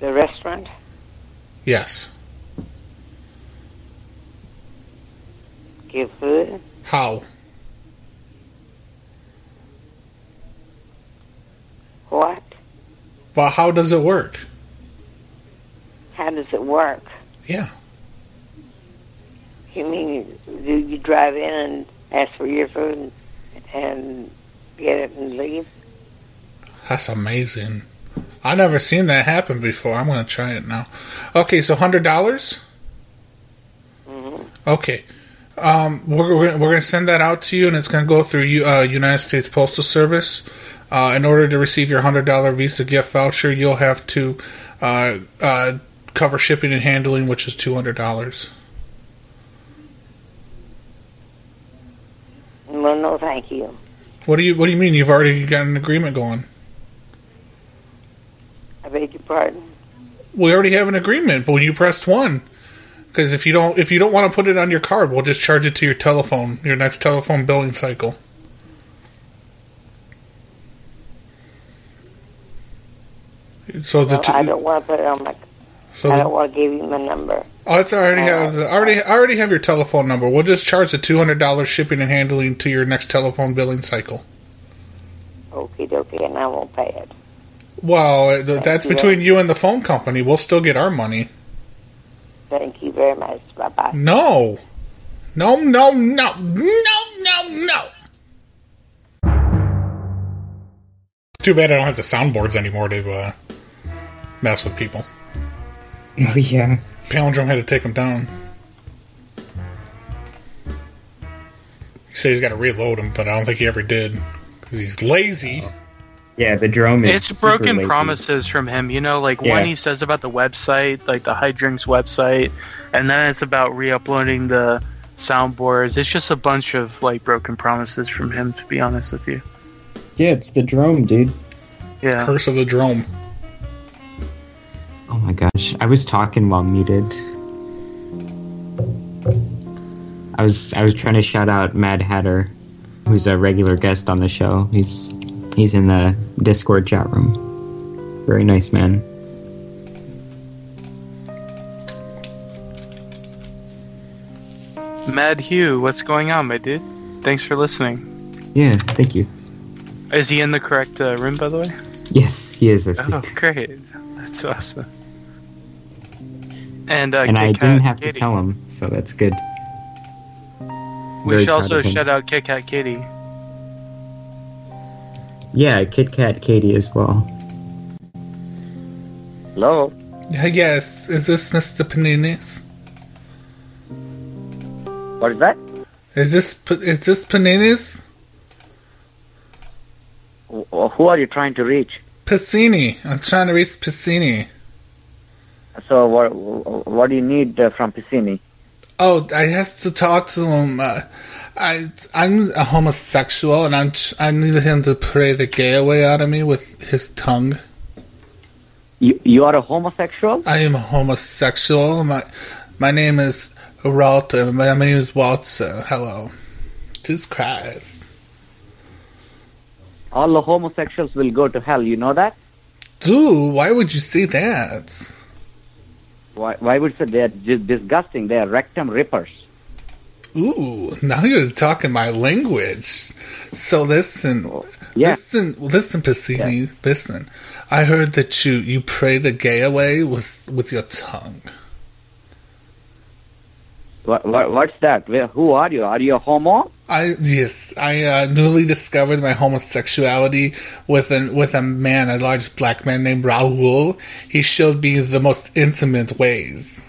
T: The restaurant?
B: Yes.
T: Give food?
B: How?
T: What?
B: Well, how does it work?
T: How does it work?
B: Yeah.
T: You mean do you drive in and ask for your food and, and get it and leave?
B: That's amazing. I never seen that happen before. I'm gonna try it now. Okay, so hundred dollars.
T: hmm
B: Okay. Um, we're we're gonna, we're gonna send that out to you, and it's gonna go through U, uh, United States Postal Service. Uh, in order to receive your hundred dollar Visa gift voucher, you'll have to uh, uh, cover shipping and handling, which is two hundred dollars.
T: Well, no, thank you.
B: What do you What do you mean? You've already got an agreement going.
T: I beg your pardon.
B: We already have an agreement, but when you pressed one, because if you don't if you don't want to put it on your card, we'll just charge it to your telephone, your next telephone billing cycle. So the
T: No,
B: two,
T: I don't want to put it on my.
B: So
T: I
B: the-
T: don't want to give you my number.
B: oh, it's already have I already I already have your telephone number. We'll just charge the two hundred dollars shipping and handling to your next telephone billing cycle.
T: Okie dokie, and I won't pay it.
B: Well, th- that's
T: you.
B: between you and the phone company. We'll still get our money.
T: Thank you very much. Bye bye.
B: No, no, no, no, no, no, no. It's too bad I don't have the soundboards anymore to uh, mess with people.
D: Oh, yeah.
B: Palindrome had to take him down. He said he's got to reload him, but I don't think he ever did because he's lazy.
D: Yeah, the drone is.
B: It's
C: It's broken promises from him. You know, like
B: Yeah.
C: one he says about the website, like the Hydrinks website, and then it's about re-uploading the soundboards. It's just a bunch of like broken promises from him. To be honest with you,
D: Yeah, it's the drone, dude.
C: yeah.
B: Curse of the drone.
D: Oh my gosh, I was talking while muted. I was I was trying to shout out Mad Hatter, who's a regular guest on the show. He's he's in the Discord chat room. Very nice man.
C: Mad Hugh, what's going on, my dude? Thanks for listening.
D: Yeah, thank you.
C: Is he in the correct uh, room, by
D: [laughs]
C: the way?
D: Yes, he is this.
C: Oh, great. That's awesome. And, uh,
D: and I
C: Kit Kat
D: didn't have
C: Kitty.
D: to tell him, so that's good.
C: We
D: Very
C: should
D: proud
C: also
D: of him.
C: shout out Kit Kat Kitty.
D: Yeah, Kit Kat Katie as well.
B: Hello. Uh, Yes, is this Mr. Paninis?
P: What is that?
B: Is this P- is this Paninis?
P: Wh- Who are you trying to reach?
B: Piscini. I'm trying to reach Piscini.
P: So what? wh- What do you need uh, from Piscini?
B: Oh, I have to talk to him. Uh, I I'm a homosexual, and I'm tr- I need him to pray the gay away out of me with his tongue.
P: You you are a homosexual?
B: I am a homosexual. My my name is Walter. My name is Walter. Hello. Jesus Christ.
P: All the homosexuals will go to hell. You know that?
B: Dude, why would you say that?
P: Why? Why would you say they're just disgusting? They're rectum rippers.
B: Ooh, now you're talking my language. So listen, listen, listen, Piscini, listen. I heard that you you pray the gay away with with your tongue.
P: What, what, what's that? Where, who are you? Are you a homo?
B: I yes, I uh, newly discovered my homosexuality with an with a man, a large black man named Raoul. He showed me the most intimate ways.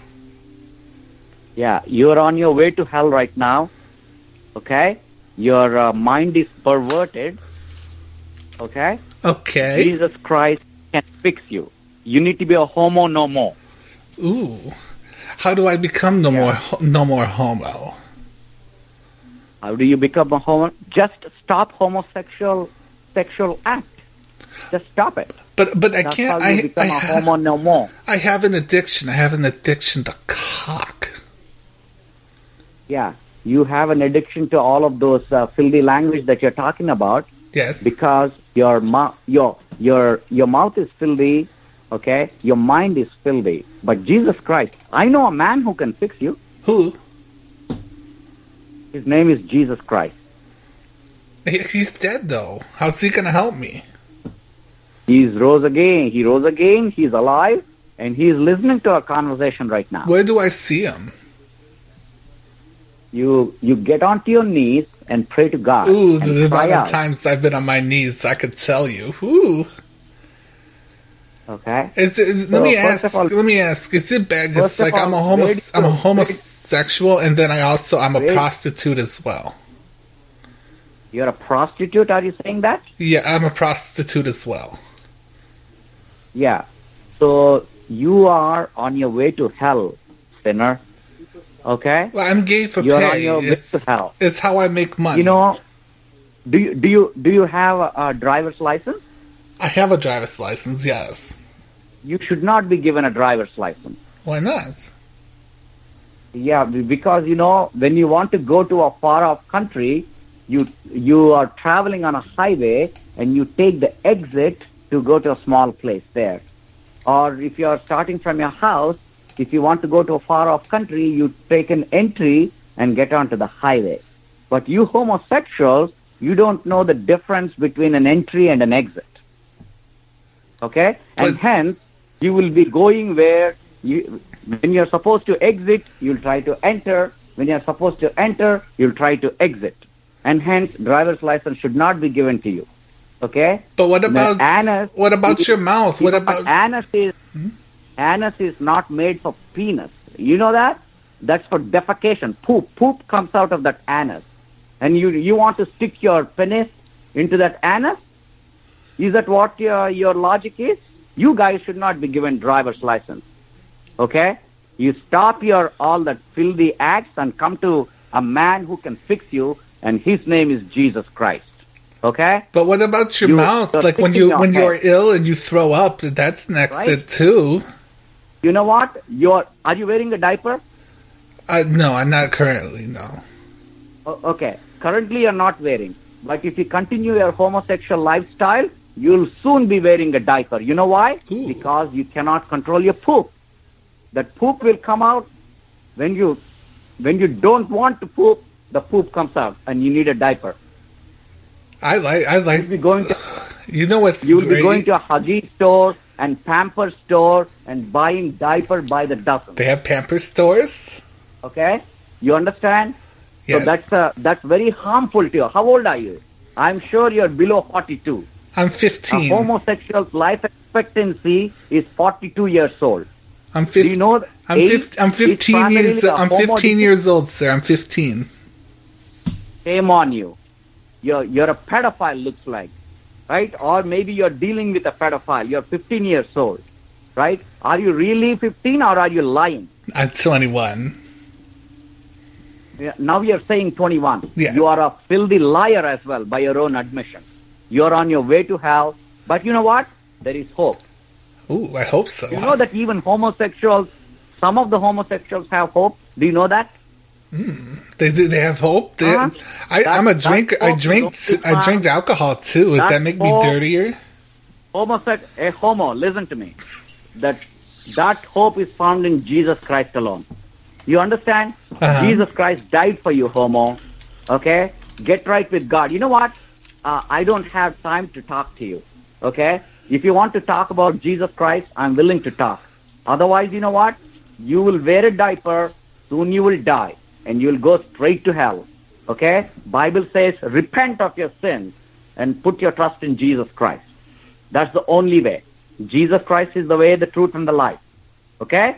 P: Yeah, you're on your way to hell right now. Okay? Your uh, mind is perverted. Okay?
B: Okay.
P: Jesus Christ can fix you. You need to be a homo no more.
B: Ooh, how do I become no more ho- no more homo?
P: How do you become a homo? Just stop homosexual sexual act. Just stop it.
B: But but I
P: That's
B: can't-
P: How you
B: I-
P: become
B: I
P: a
B: ha-
P: homo no more.
B: I have an addiction. I have an addiction to
P: Yeah, you have an addiction to all of those uh, filthy language that you're talking about.
B: Yes.
P: Because your mouth, your your your mouth is filthy. Okay, your mind is filthy. But Jesus Christ, I know a man who can fix you.
B: Who?
P: His name is Jesus Christ.
B: He- He's dead though. How's he gonna help me?
P: He's rose again. He rose again. He's alive, and he's listening to our conversation right now.
B: Where do I see him?
P: You you get onto your knees and pray to God.
B: Ooh,
P: and
B: the
P: cry
B: amount
P: out.
B: of times I've been on my knees, I could tell you. Ooh.
P: Okay.
B: Is it, is-
P: So,
B: let me
P: first
B: ask.
P: of all-
B: let me ask. Is it bad? 'cause,
P: first of
B: like I'm a
P: all,
B: homo.
P: where do you-
B: I'm a
P: where do you-
B: sexual, and then I also I'm a prostitute as well.
P: You're a prostitute, are you saying that?
B: Yeah, I'm a prostitute as well.
P: Yeah. So you are on your way to hell, sinner. Okay?
B: Well, I'm gay for
P: You're on
B: pay.
P: your way to hell.
B: It's how I make money.
P: You know, do you do you do you have a, a driver's license?
B: I have a driver's license. Yes.
P: You should not be given a driver's license.
B: Why not?
P: Yeah, be- because you know when you want to go to a far off country, you you are traveling on a highway and you take the exit to go to a small place there. Or if you are starting from your house, if you want to go to a far off country, you take an entry and get onto the highway. But you homosexuals, you don't know the difference between an entry and an exit. Okay? And hence, you will be going where you, when you're supposed to exit, you'll try to enter. When you're supposed to enter, you'll try to exit. And hence, driver's license should not be given to you. Okay?
B: But what about-
P: anus?
B: what about your mouth? What
P: You know,
B: about- Hmm?
P: anus? Is anus is not made for penis. You know that? That's for defecation. Poop. Poop comes out of that anus. And you you want to stick your penis into that anus? Is that what your, your logic is? You guys should not be given driver's license. Okay? You stop your all that filthy acts and come to a man who can fix you, and his name is Jesus Christ. Okay?
B: But what about your
P: You-
B: mouth?
P: you're
B: Like when
P: fixing
B: you
P: your
B: when
P: head.
B: you're ill and you throw up, that's next
P: Right.
B: it too.
P: You know what? You're are you wearing a diaper?
B: Uh, no, I'm not currently. No.
P: O- okay. Currently, you're not wearing. But if you continue your homosexual lifestyle, you'll soon be wearing a diaper. You know why? Because you cannot control your poop. That poop will come out when you when you don't want to poop. The poop comes out, and you need a diaper.
B: I like. I like. You'll
P: be going
B: [sighs]
P: to,
B: you know what's
P: You'll
B: great?
P: be going to a Haji store and Pamper store and buying diaper by the dozen.
B: They have Pampers stores.
P: Okay, you understand?
B: Yes.
P: So that's uh, that's very harmful to you. How old are you? I'm sure you're below 42.
B: I'm
P: A
B: 15.
P: homosexual's life expectancy is 42 years old.
B: I'm 15.
P: Do you know? that
B: I'm,
P: AIDS
B: fif- I'm
P: is
B: 15 years.
P: primarily a
B: I'm
P: homo
B: 15
P: disease?
B: years old, sir. I'm 15.
P: Shame on you. You're you're a pedophile. Looks like, right? Or maybe you're dealing with a pedophile. You're 15 years old, right? Are you really 15 or are you lying?
B: I'm 21.
P: Yeah, now you're saying 21.
B: Yeah.
P: You are a filthy liar as well by your own admission. You're on your way to hell. But you know what? There is hope.
B: Ooh, I hope so.
P: You know that even homosexuals, some of the homosexuals have hope. Do you know that?
B: They they they have hope. They,
P: Huh?
B: I, I'm a drinker. I
P: hope.
B: drink.
P: Don't be
B: I drink alcohol too. Does
P: That's
B: that make me
P: hope.
B: dirtier?
P: Homosex, a homo, listen to me. That that hope is found in Jesus Christ alone. You understand?
B: Uh-huh.
P: Jesus Christ died for you, homo. Okay? Get right with God. You know what? Uh, I don't have time to talk to you. Okay? If you want to talk about Jesus Christ, I'm willing to talk. Otherwise, you know what? You will wear a diaper, soon you will die, and you will go straight to hell. Okay? Bible says, repent of your sins and put your trust in Jesus Christ. That's the only way. Jesus Christ is the way, the truth, and the life. Okay?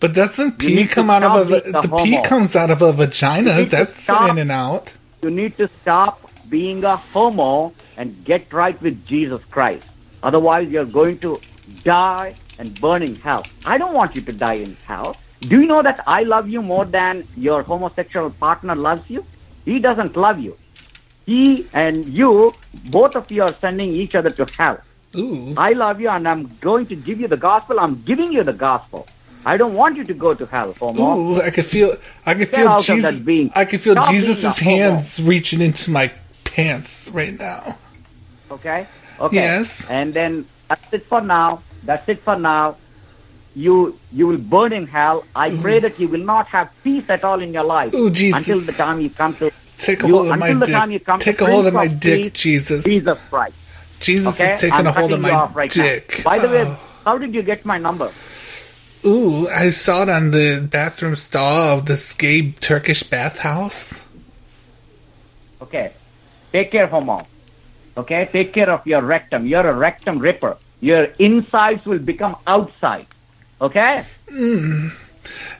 B: But doesn't
P: You
B: pee
P: need to
B: come out
P: stop
B: of a
P: being a
B: the pee
P: homo.
B: comes out of a
P: You
B: vagina?
P: need to
B: That's
P: stop.
B: in and out.
P: You need to stop being a homo and get right with Jesus Christ. Otherwise, you're going to die and burn in hell. I don't want you to die in hell. Do you know that I love you more than your homosexual partner loves you? He doesn't love you. He and you, both of you are sending each other to hell. I love you and I'm going to give you the gospel. I'm giving you the gospel. I don't want you to go to hell, homo.
B: Ooh, I could feel. I could
P: Get
B: feel
P: out of
B: Jesus.
P: that being.
B: I could feel
P: Stop being
B: Jesus's
P: a homo.
B: hands reaching into my pants right now.
P: Okay. Okay.
B: Yes.
P: And then that's it for now. That's it for now. You you will burn in hell. I pray that you will not have peace at all in your life
B: Mm. Ooh, Jesus.
P: until the time you come to
B: Take a
P: you-
B: hold of my
P: until the time you
B: dick.
P: come to
B: Take a hold of my
P: Prince
B: dick,
P: Peace,
B: Jesus.
P: Jesus Christ.
B: Jesus
P: okay?
B: is taking
P: I'm
B: a hold
P: cutting
B: of
P: you
B: my
P: off right now.
B: dick. Ah.
P: By the way, how did you get my number?
B: Ooh, I saw it on the bathroom stall of this gay Turkish bathhouse.
P: Okay. Take care, homo. Okay? Take care of your rectum. You're a rectum ripper. Your insides will become outside. Okay?
B: Mm.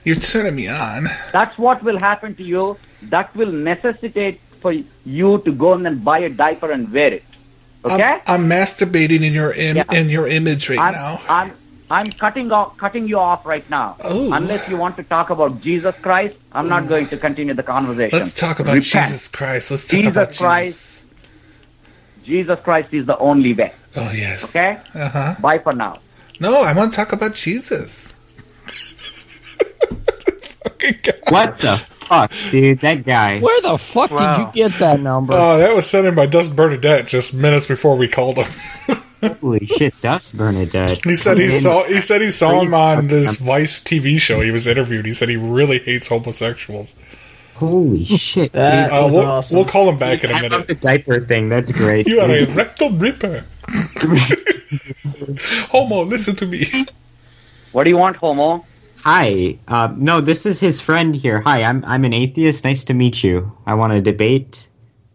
B: You're sending me on.
P: That's what will happen to you. That will necessitate for you to go and then buy a diaper and wear it. Okay?
B: I'm, I'm masturbating in your Im-
P: Yeah.
B: in your image right
P: I'm,
B: now.
P: I'm I'm cutting off, cutting you off right now. Unless you want to talk about Jesus Christ, I'm not
B: Ooh.
P: going to continue the conversation.
B: Let's talk about
P: Repent.
B: Jesus Christ. Let's talk about
P: Jesus
B: Jesus.
P: Christ. Jesus Christ is the only way.
B: Oh yes.
P: Okay.
B: Uh huh.
P: Bye for now.
B: No, I want to talk about Jesus.
D: What
C: [laughs]
D: the fuck, dude? That guy.
J: Where the fuck
D: Wow.
J: did you get that number?
B: Oh, that was sent in by Dust Bernadette just minutes before we called him. [laughs]
D: Holy shit, Dust Bernadette.
B: He said he
D: Man,
B: saw he said he saw him on this
D: fucking-
B: Vice TV show. He was interviewed. He said he really hates homosexuals.
D: Holy shit.
B: That
D: dude.
B: Uh, was we'll- awesome. we'll call him back in a
D: I
B: minute.
D: love the diaper thing. That's great.
B: You are a
D: dude.
B: rectal ripper. Homo, listen to me.
P: [laughs] What do you want, Homo?
D: Hi. Uh, no, this is his friend here. Hi, I'm I'm an atheist. Nice to meet you. I want to debate.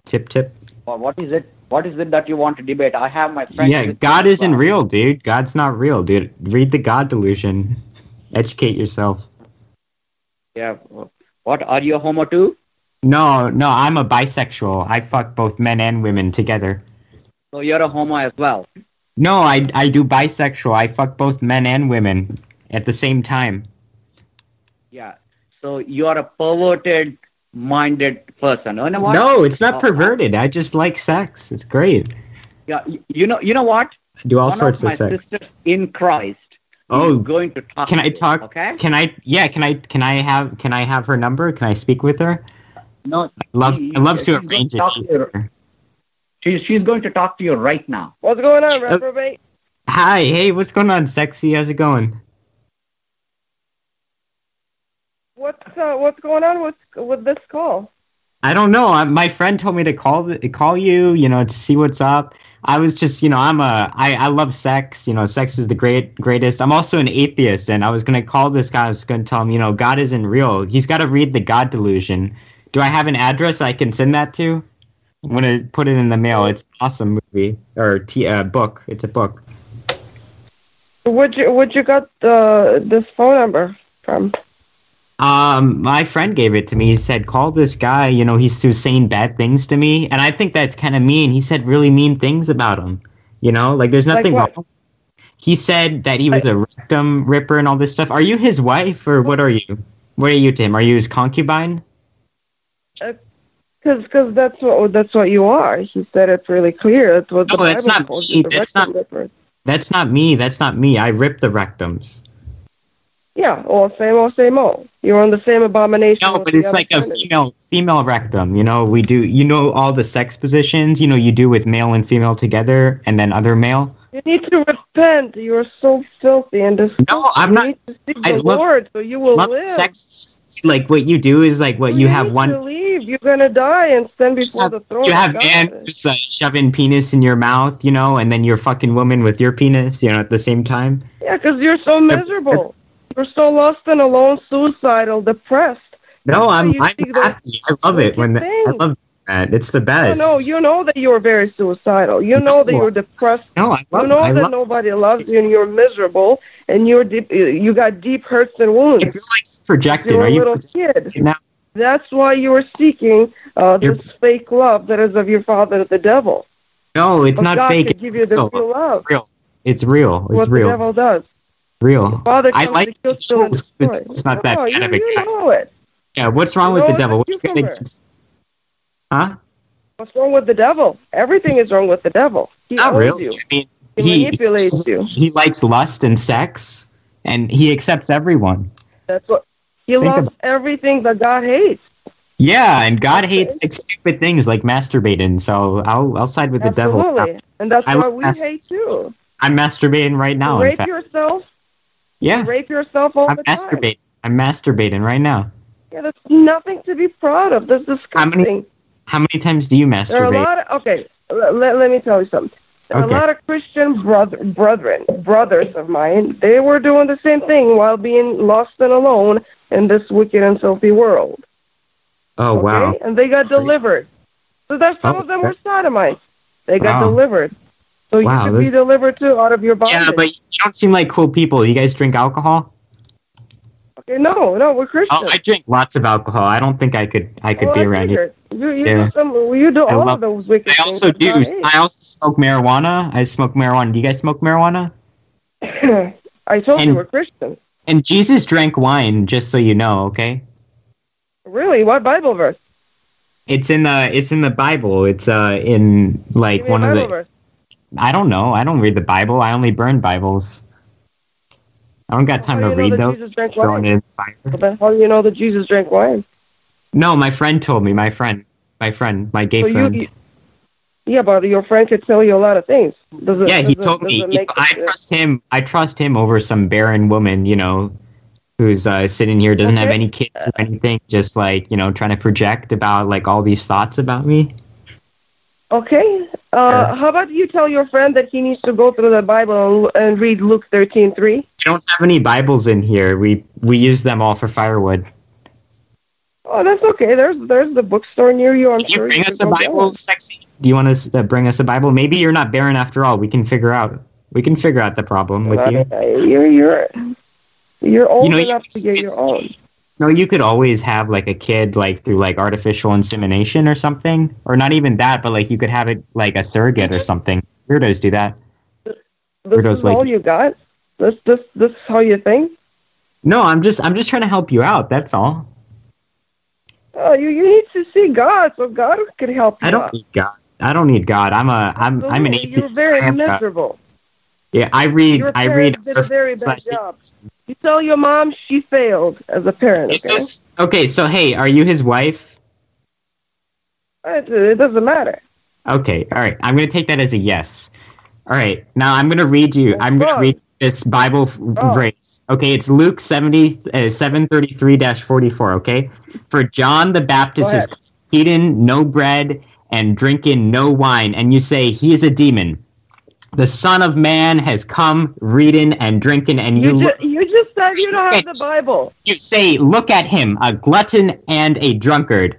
D: Tip tip.
P: Well, What is it? What is it that you want to debate? I have my friend.
D: yeah,
P: with
D: God
P: me as
D: isn't
P: well.
D: real, dude. God's not real, dude. Read the God delusion. Educate yourself.
P: Yeah. What are you a homo too?
D: No, no, I'm a bisexual. I fuck both men and women together.
P: So you're a homo as well.
D: No, I I do bisexual. I fuck both men and women at the same time.
P: Yeah. So you are a perverted minded person. You know what?
D: No, it's
P: Oh,
D: not perverted. I just like sex. It's great.
P: Yeah. y- You know. You know what?
D: I do all
P: One
D: sorts
P: of my
D: of sex.
P: sisters in Christ.
D: Oh,
P: is going to talk.
D: Can
P: to
D: I
P: you,
D: talk?
P: Uh, Okay.
D: Can I? Yeah. Can I? Can I have? Can I have her number? Can I speak with her?
P: No.
D: I love. I love to
P: she's going
D: arrange
P: to talk to
D: it.
P: you. She's she's going to talk to you right now.
G: What's going on,
D: Uh,
G: reprobate?
D: Hi. Hey. What's going on, sexy? How's it going?
L: What's uh, what's going on with with this call?
D: I don't know. I, my friend told me to call the, call you. You know, to see what's up. I was just, you know, I'm a, I, I love sex. You know, sex is the great greatest. I'm also an atheist, and I was gonna call this guy. I was gonna tell him, you know, God isn't real. He's got to read the God delusion. Do I have an address I can send that to? I'm gonna put it in the mail. It's an awesome movie or t- uh, book. It's a book.
L: Would you would you got the this phone number from?
D: Um, my friend gave it to me. He said, "Call this guy. You know, he's who's saying bad things to me." And I think that's kind of mean. He said really mean things about him. You know, like there's
L: Like
D: nothing
L: what?
D: wrong. He said that he was a rectum ripper and all this stuff. Are you his wife or what are you? What are you to him? Are you his concubine?
L: Because Uh, cause that's what that's what you are. He said it's really clear. That's what
D: No,
L: the
D: that's
L: Bible
D: not
L: calls
D: me.
L: you, the
D: That's
L: rectum
D: not-
L: ripper.
D: That's not me. That's not me. I rip the rectums.
L: Yeah, or same old, same old. You're on the same abomination.
D: No,
L: with
D: Oh, but
L: the
D: it's
L: other
D: like a
L: sinners.
D: female female rectum. You know, we do. You know all the sex positions. You know, you do with male and female together, and then other male.
L: You need to repent. You are so filthy and disgusting.
D: No, I'm not.
L: You need to seek
D: I
L: the
D: love-
L: Lord, so you will
D: love
L: live.
D: sex like what you do is like what you have
L: need to
D: one
L: leave. You're gonna die and stand before the throne.
D: you
L: of
D: have
L: God.
D: man who's like shoving penis in your mouth you know and then you're fucking woman with your penis you know at the same time
L: Yeah, because you're so miserable. You're so lost and alone, suicidal, depressed.
D: no i'm
L: you
D: i'm
L: think that-
D: happy i love it when the, i love that it's the
L: No,
D: best
L: no, you know that you're very suicidal. You know that
D: No.
L: you're depressed.
D: No, I love-
L: You know
D: I
L: that
D: love-
L: nobody loves you, and you're miserable, and you're deep. You got deep hurts and wounds.
D: projecting
L: you're
D: are
L: a
D: you
L: little kid.
D: now
L: That's why you are seeking uh,
D: You're-
L: this fake love that is of your father, the devil.
D: no it's
L: But
D: not
L: God
D: fake
L: Can give you the
D: So,
L: real love.
D: real it's real
L: what
D: it's
L: the
D: real
L: devil does.
D: real
L: Father
D: i
L: comes
D: like
L: to kill, steal, and
D: it's,
L: destroy.
D: [laughs] it's not that
L: No,
D: bad
L: you,
D: of a
L: you
D: guy.
L: know it.
D: yeah what's wrong with
L: No,
D: the
L: it's a
D: devil what's gonna
L: cucumber.
D: huh
L: What's wrong with the devil? Everything is wrong with the devil. He
D: Not
L: owns
D: Ah, really.
L: you.
D: I mean,
L: He manipulates you.
D: He likes lust and sex, and he accepts everyone.
L: That's what he
D: Think
L: loves
D: about-
L: everything that God hates.
D: Yeah, and God hates like stupid things like masturbating. So I'll I'll side with the
L: Absolutely.
D: devil.
L: And that's
D: I
L: why
D: was
L: we
D: asked-
L: hate too.
D: I'm masturbating right now. In
L: rape
D: fact,
L: yourself.
D: yeah,
L: Rape yourself all
D: I'm
L: the time.
D: masturbating. I'm masturbating right now.
L: Yeah, that's nothing to be proud of. That's
D: How
L: disgusting.
D: many How many times do you
L: There are a
D: masturbate?
L: lot of okay. Let, let me tell you something. There are
D: Okay.
L: A lot of Christian brother, brethren, brothers of mine, they were doing the same thing while being lost and alone in this wicked and filthy world.
D: Oh wow.
L: And they got delivered. So there's some
D: Oh,
L: of them were
D: that's-
L: sodomites. They got
D: Wow.
L: delivered. So
D: Wow,
L: you should be
D: this-
L: delivered too out of your bondage.
D: Yeah, but you don't seem like cool people. You guys drink alcohol?
L: No, no, we're Christians.
D: Oh, I drink lots of alcohol. I don't think I could I could
L: Well,
D: be
L: I
D: around you.
L: figured. You, you
D: Yeah.
L: do some, you do
D: I
L: all
D: love-
L: of those wicked
D: I also
L: things.
D: do.
L: That's not
D: I also smoke marijuana. I smoke marijuana. Do you guys smoke marijuana?
L: it. [laughs] I told you
D: And-
L: we're Christians.
D: And Jesus drank wine, just so you know. Okay,
L: Really? What Bible verse?
D: it's in the it's in the Bible. It's uh in like
L: Give me a
D: one of
L: Bible
D: the.
L: verse.
D: I don't know. I don't read the Bible. I only burn Bibles. I don't got time
L: How
D: to
L: do you know
D: read
L: that
D: those.
L: Jesus drank
D: Throwing it
L: wine?
D: in the fire.
L: Well, then How do you know that Jesus drank wine?
D: No, my friend told me. My friend, my friend, my gay
L: So you-
D: friend.
L: you- Yeah, but your friend could tell you a lot of things. Does it,
D: yeah, he
L: does it-
D: told
L: does
D: me
L: it
D: if
L: make
D: I
L: it-
D: trust him, I trust him over some barren woman, you know, who's uh, sitting here doesn't have
L: Okay.
D: any kids or anything, just like you know, trying to project about like all these thoughts about me.
L: Okay. Uh, how about you tell your friend that he needs to go through the Bible and, and read Luke thirteen three?
D: We don't have any Bibles in here. We we use them all for firewood.
L: Oh, that's okay. There's there's the bookstore near you. I'm sure.
D: bring
L: you
D: us
L: could
D: a
L: go get
D: Bible,
L: one.
D: sexy? Do you want us to bring us a Bible? Maybe you're not barren after all. We can figure out. We can figure out the problem with you.
L: Uh, You're you're you're old
D: You know, you-
L: enough to get your own.
D: No, you could always have like a kid like through like artificial insemination or something, or not even that, but like you could have it like a surrogate or something. Weirdos do that.
L: This
D: Weirdos
L: is
D: like-
L: all you got. This this this is how you think.
D: No, I'm just I'm just trying to help you out. That's all.
L: Oh, you you need to see God, so God can help you.
D: I don't
L: out.
D: need God. I don't need God. I'm a I'm I'm an atheist.
L: Absolutely, You're very
D: I am God.
L: miserable.
D: Yeah, I read
L: Your
D: I read.
L: parents did a very bad
D: slash-
L: job. You tell your mom she failed as a parent. Okay,
D: Okay, so hey, are you his wife?
L: it, it doesn't matter.
D: Okay, all right. I'm gonna take that as a yes. All right, now I'm gonna read you. I'm gonna
L: God.
D: read this Bible f-
L: God.
D: verse. Okay, it's Luke 70, uh, 733-44, okay? For John the Baptist
L: Go
D: is
L: ahead.
D: eating no bread and drinking no wine, and you say he is a demon. The Son of Man has come reading and drinking, and you,
L: You,
D: look,
L: just, you just said you don't have the Bible.
D: you say, "Look at him, a glutton and a drunkard,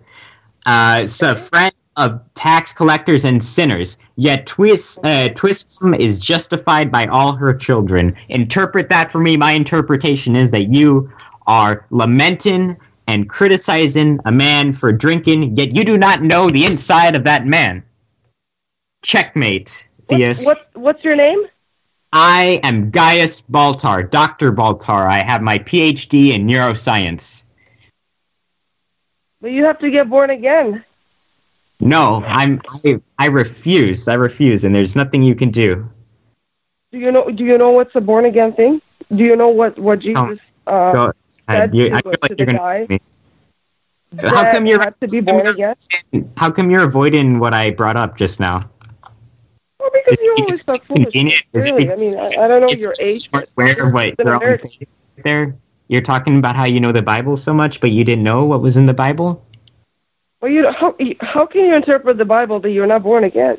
D: uh, so a friend of tax collectors and sinners." Yet twist, uh, Twistsom is justified by all her children. Interpret that for me. My interpretation is that you are lamenting and criticizing a man for drinking, yet you do not know the inside of that man. Checkmate, theist.
L: What what's your name?
D: I am Gaius Baltar, Dr. Baltar. I have my PhD in neuroscience.
L: But you have to get born again.
D: No, I'm I, I refuse. I refuse and there's nothing you can do.
L: Do you know? Do you know what's a born again thing? Do you know what what Jesus uh,
D: Go ahead.
L: said
D: You,
L: to
D: I
L: the-
D: feel
L: to
D: like you're
L: the
D: gonna
L: guy
D: How
L: that
D: come you're
L: had to be born again?
D: how come you're avoiding what I brought up just now?
L: Well, because
D: Is
L: you
D: it
L: always talk foolish.
D: convenient? Is it
L: Really, I mean, I, I don't know
D: is
L: your age.
D: You're aware of what
L: Been
D: you're
L: a
D: all
L: nerd.
D: thinking there? You're talking about how you know the Bible so much, but you didn't know what was in the Bible? [sighs]
L: Well, you don't- how how can you interpret the Bible that you're not born again?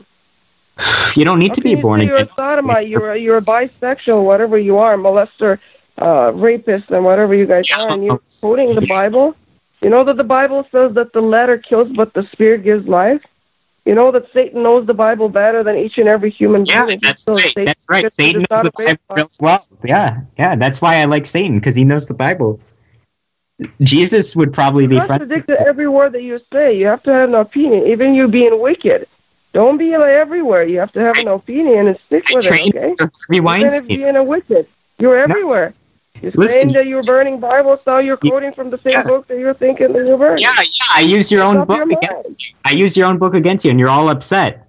D: You don't need to be
L: You
D: born
L: say
D: again.
L: You're a sodomite. You're a, you're a bisexual, whatever you are, molester, uh, rapist, and whatever you guys are, and you're quoting the Bible. You know that the Bible says that the letter kills, but the Spirit gives life. You know that Satan knows the Bible better than each and every human being. Yeah, that's right.
D: That's right. Satan knows the Bible real well. Yeah, yeah. That's why I like Satan because he knows the Bible. Jesus would probably be friends.
L: contradict every word that you say. You have to have an opinion, even you being wicked. Don't be like everywhere. You have to have an opinion and stick with
D: trained
L: it. Okay.
D: for Harvey
L: Even if
D: Weinstein.
L: you're in a wicked, you're everywhere. You're
D: Listen.
L: saying that you're burning Bibles now. You're quoting from the same book that you're thinking that you're burning. Yeah,
D: I use your own
L: up
D: book
L: your
D: against you. I use your own book against you, and you're all upset.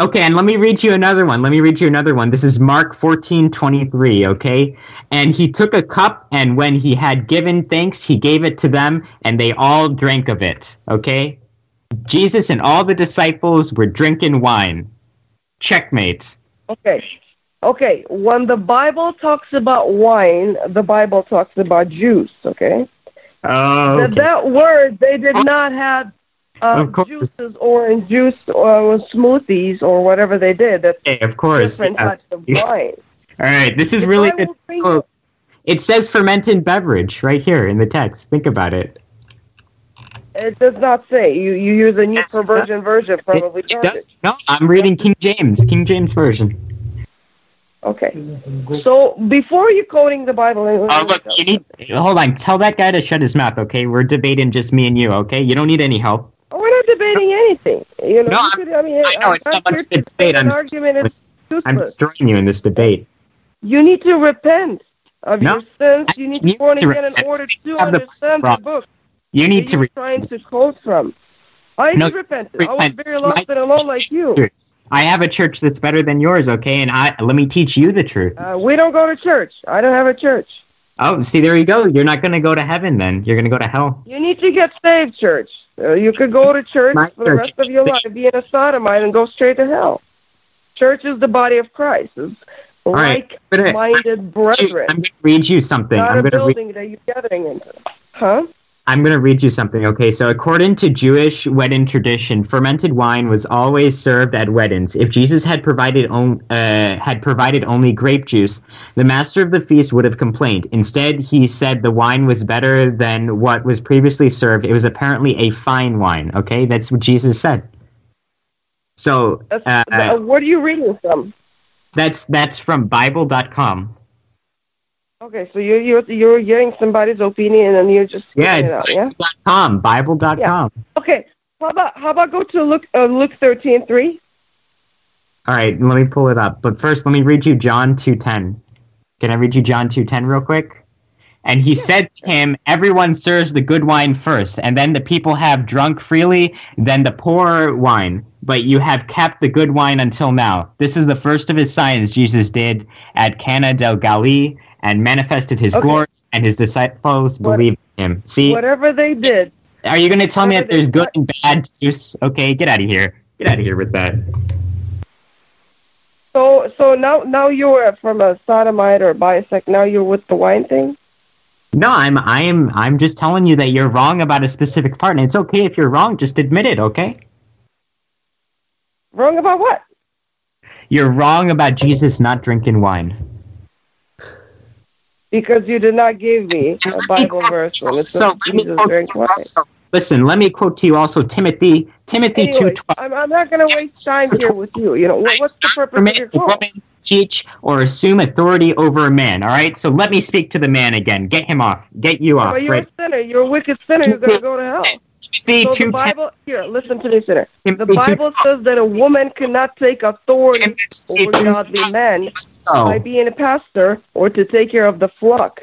D: Okay, and let me read you another one. Let me read you another one. This is Mark fourteen twenty three. okay? And he took a cup, and when he had given thanks, he gave it to them, and they all drank of it, okay? Jesus and all the disciples were drinking wine. Checkmate.
L: Okay. Okay. When the Bible talks about wine, the Bible talks about juice. Okay.
D: Oh,
L: That, that word they did not have uh,
D: Of course.
L: juices, orange juice, uh, or smoothies, or whatever they did. That's
D: Okay, of course.
L: different
D: yeah.
L: types of wine.
D: [laughs] All right, this is really good. quote. It says fermented beverage right here in the text. Think about it.
L: It does not say. You you use a new perversion version, probably.
D: No, I'm reading King James, King James version.
L: Okay. So before you quoting the Bible,
D: Uh, You need, hold on. Tell that guy to shut his mouth, okay? We're debating just me and you, okay? You don't need any help.
L: Oh, we're not debating anything. You know, you could, I mean, I know, it's not
D: much to debate. I'm
L: An
D: just-
L: argument is
D: I'm
L: useless.
D: destroying you in this debate.
L: You need to repent of
D: No,
L: your sins. You need to
D: need
L: born
D: to
L: again in
D: repent.
L: order to
D: Have the
L: understand the
D: problem.
L: book
D: You need to
L: you're
D: re-
L: trying to quote from. I
D: No,
L: repented. I was
D: repent.
L: very lost and alone like you.
D: I have a church that's better than yours, okay? And I let me teach you the truth.
L: Uh, we don't go to church. I don't have a church.
D: Oh, see, there you go. You're not going to go to heaven then. You're going to go to hell.
L: You need to get saved, church. Uh, you could go to church
D: My
L: for the
D: church.
L: rest of your life, be in a sodomite, and go straight to hell. Church is the body of Christ. It's
D: right, but uh, it-
L: like-minded brethren.
D: Read you something.
L: Not
D: I'm
L: a
D: going to read.
L: building that you're gathering into. Huh?
D: I'm going to read you something, okay? So, according to Jewish wedding tradition, fermented wine was always served at weddings. If Jesus had provided on, uh, had provided only grape juice, the master of the feast would have complained. Instead, he said the wine was better than what was previously served. It was apparently a fine wine, okay? That's what Jesus said. So, uh,
L: Uh, what are you reading from?
D: that's that's from bible.com.
L: Okay, so you're, you're, you're hearing somebody's opinion and you're just
D: Yeah,
L: picking
D: it's
L: it out, yeah?
D: bible.com, bible.com.
L: Okay. How about how about go to Luke uh, Luke thirteen three?
D: All right, let me pull it up. But first, let me read you John 2:10. Can I read you John 2:10 real quick? And he said to him, "Everyone serves the good wine first, and then the people have drunk freely, then the poor wine. But you have kept the good wine until now." This is the first of his signs Jesus did at Cana del Galilee and manifested his
L: Okay.
D: glory, and his disciples believed him. See,
L: Whatever they did.
D: are you going to tell me that there's good and bad juice? Okay, get out of here. Get out of here with that.
L: So so now now you're from a sodomite or a bisect. Now you're with the wine thing.
D: No, I'm I'm I'm just telling you that you're wrong about a specific part, and it's okay if you're wrong. Just admit it, okay?
L: Wrong about what?
D: You're wrong about Jesus not drinking wine.
L: Because you did not give me a Bible verse when it says Jesus drank wine.
D: Listen, let me quote to you also Timothy Timothy two
L: Anyway,
D: twelve.
L: I'm, I'm not going to waste time here with you. You know what, what's the purpose of your call?
D: Teach or assume authority over a man. All right, so let me speak to the man again. Get him off. Get you off.
L: But you're
D: Right?
L: a sinner. You're a wicked sinner. You're going to go to hell. So the
D: two ten-
L: Bible here. Listen to me, sinner. The
D: two
L: Bible says that a woman cannot take authority over godly men by being a pastor or to take care of the flock.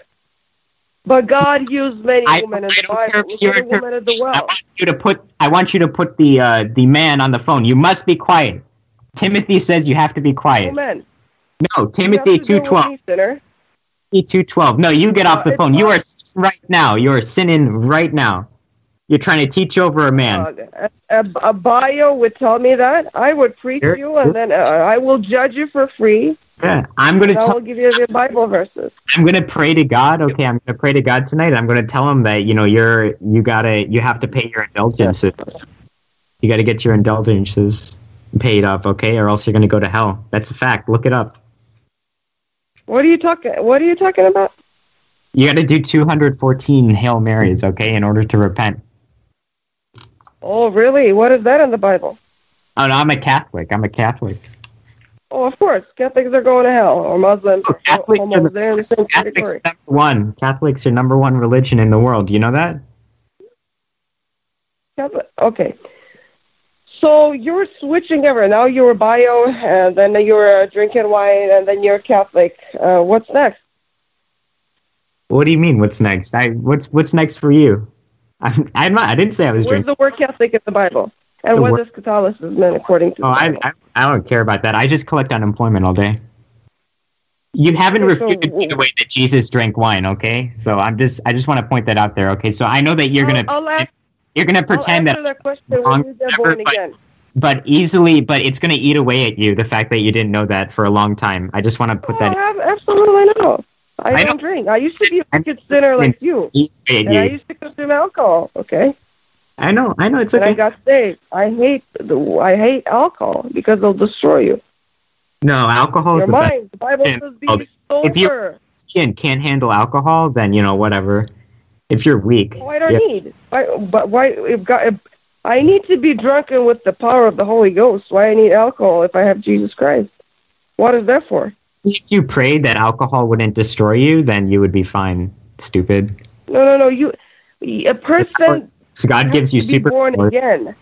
L: But God used many
D: I-
L: women in the Bible. Look at the woman at the well.
D: you to put. I want you to put the uh, the man on the phone. You must be quiet. Timothy says you have to be quiet.
L: Woman.
D: No, Timothy two twelve.
L: Sinner.
D: Two twelve. No, you get off the
L: it's
D: phone. You are sinning right now. You are sinning right now. You're trying to teach over a man.
L: Uh, a, a bio would tell me that. I would preach
D: Here-
L: you, and then
D: [laughs]
L: uh, I will judge you for free.
D: Yeah, I'm gonna
L: and I
D: tell.
L: will give you the Bible verses.
D: I'm gonna pray to God. Okay, I'm gonna pray to God tonight. I'm gonna tell him that you know you're you gotta you have to pay your indulgences. You gotta get your indulgences paid up, okay, or else you're gonna go to hell. That's a fact. Look it up.
L: What are you talking? What are you talking about?
D: You got to do 214 Hail Marys, okay, in order to repent.
L: Oh, really? What is that in the Bible?
D: Oh, no, I'm a Catholic. I'm a Catholic.
L: Oh, of course, Catholics are going to hell, or Muslims,
D: Oh,
L: or homos. They're in the same category.
D: One, Catholics are number one religion in the world. You know that?
L: Catholic. Okay. So you're switching over. Now you're a bio, and then you're uh, drinking wine, and then you're Catholic. Uh, what's next?
D: What do you mean? What's next? I what's what's next for you? [laughs] I'm, I'm not. I didn't say I was
L: Where's
D: drinking.
L: the word Catholic in the Bible? And
D: The
L: what
D: word-
L: is Catholicism in according to?
D: Oh, I, I I don't care about that. I just collect unemployment all day. You haven't
L: Okay, so
D: refuted
L: w-
D: the way that Jesus drank wine, okay? So I'm just I just want to point that out there, okay? So I know that you're gonna
L: I'll, I'll ask,
D: you're gonna pretend
L: Oh, I'll
D: that
L: answer that question
D: wrong,
L: when you get born
D: whatever,
L: again.
D: but easily but it's going to eat away at you the fact that you didn't know that for a long time i just want to put
L: No,
D: that in.
L: ab- absolutely not. I,
D: I
L: don't drink. I used to be a wicked sinner like you,
D: eat away
L: Oh, and
D: at
L: I
D: you
L: used to consume alcohol. Okay.
D: i know i know it's
L: And I
D: okay
L: got saved. I hate the I hate alcohol because it'll destroy you.
D: no alcohol is
L: Your
D: the best
L: mind. The Bible
D: sin.
L: says be
D: Oh, if you
L: sober.
D: skin can't handle alcohol then you know whatever if you're weak
L: Oh, I don't
D: yeah.
L: need. Why, but why? If God, if, I need to be drunken with the power of the Holy Ghost. Why I need alcohol if I have Jesus Christ? What is that for?
D: if you prayed that alcohol wouldn't destroy you, then you would be fine. Stupid.
L: No, no, no. You, a person
D: God gives you
L: has to be
D: super.
L: born again. You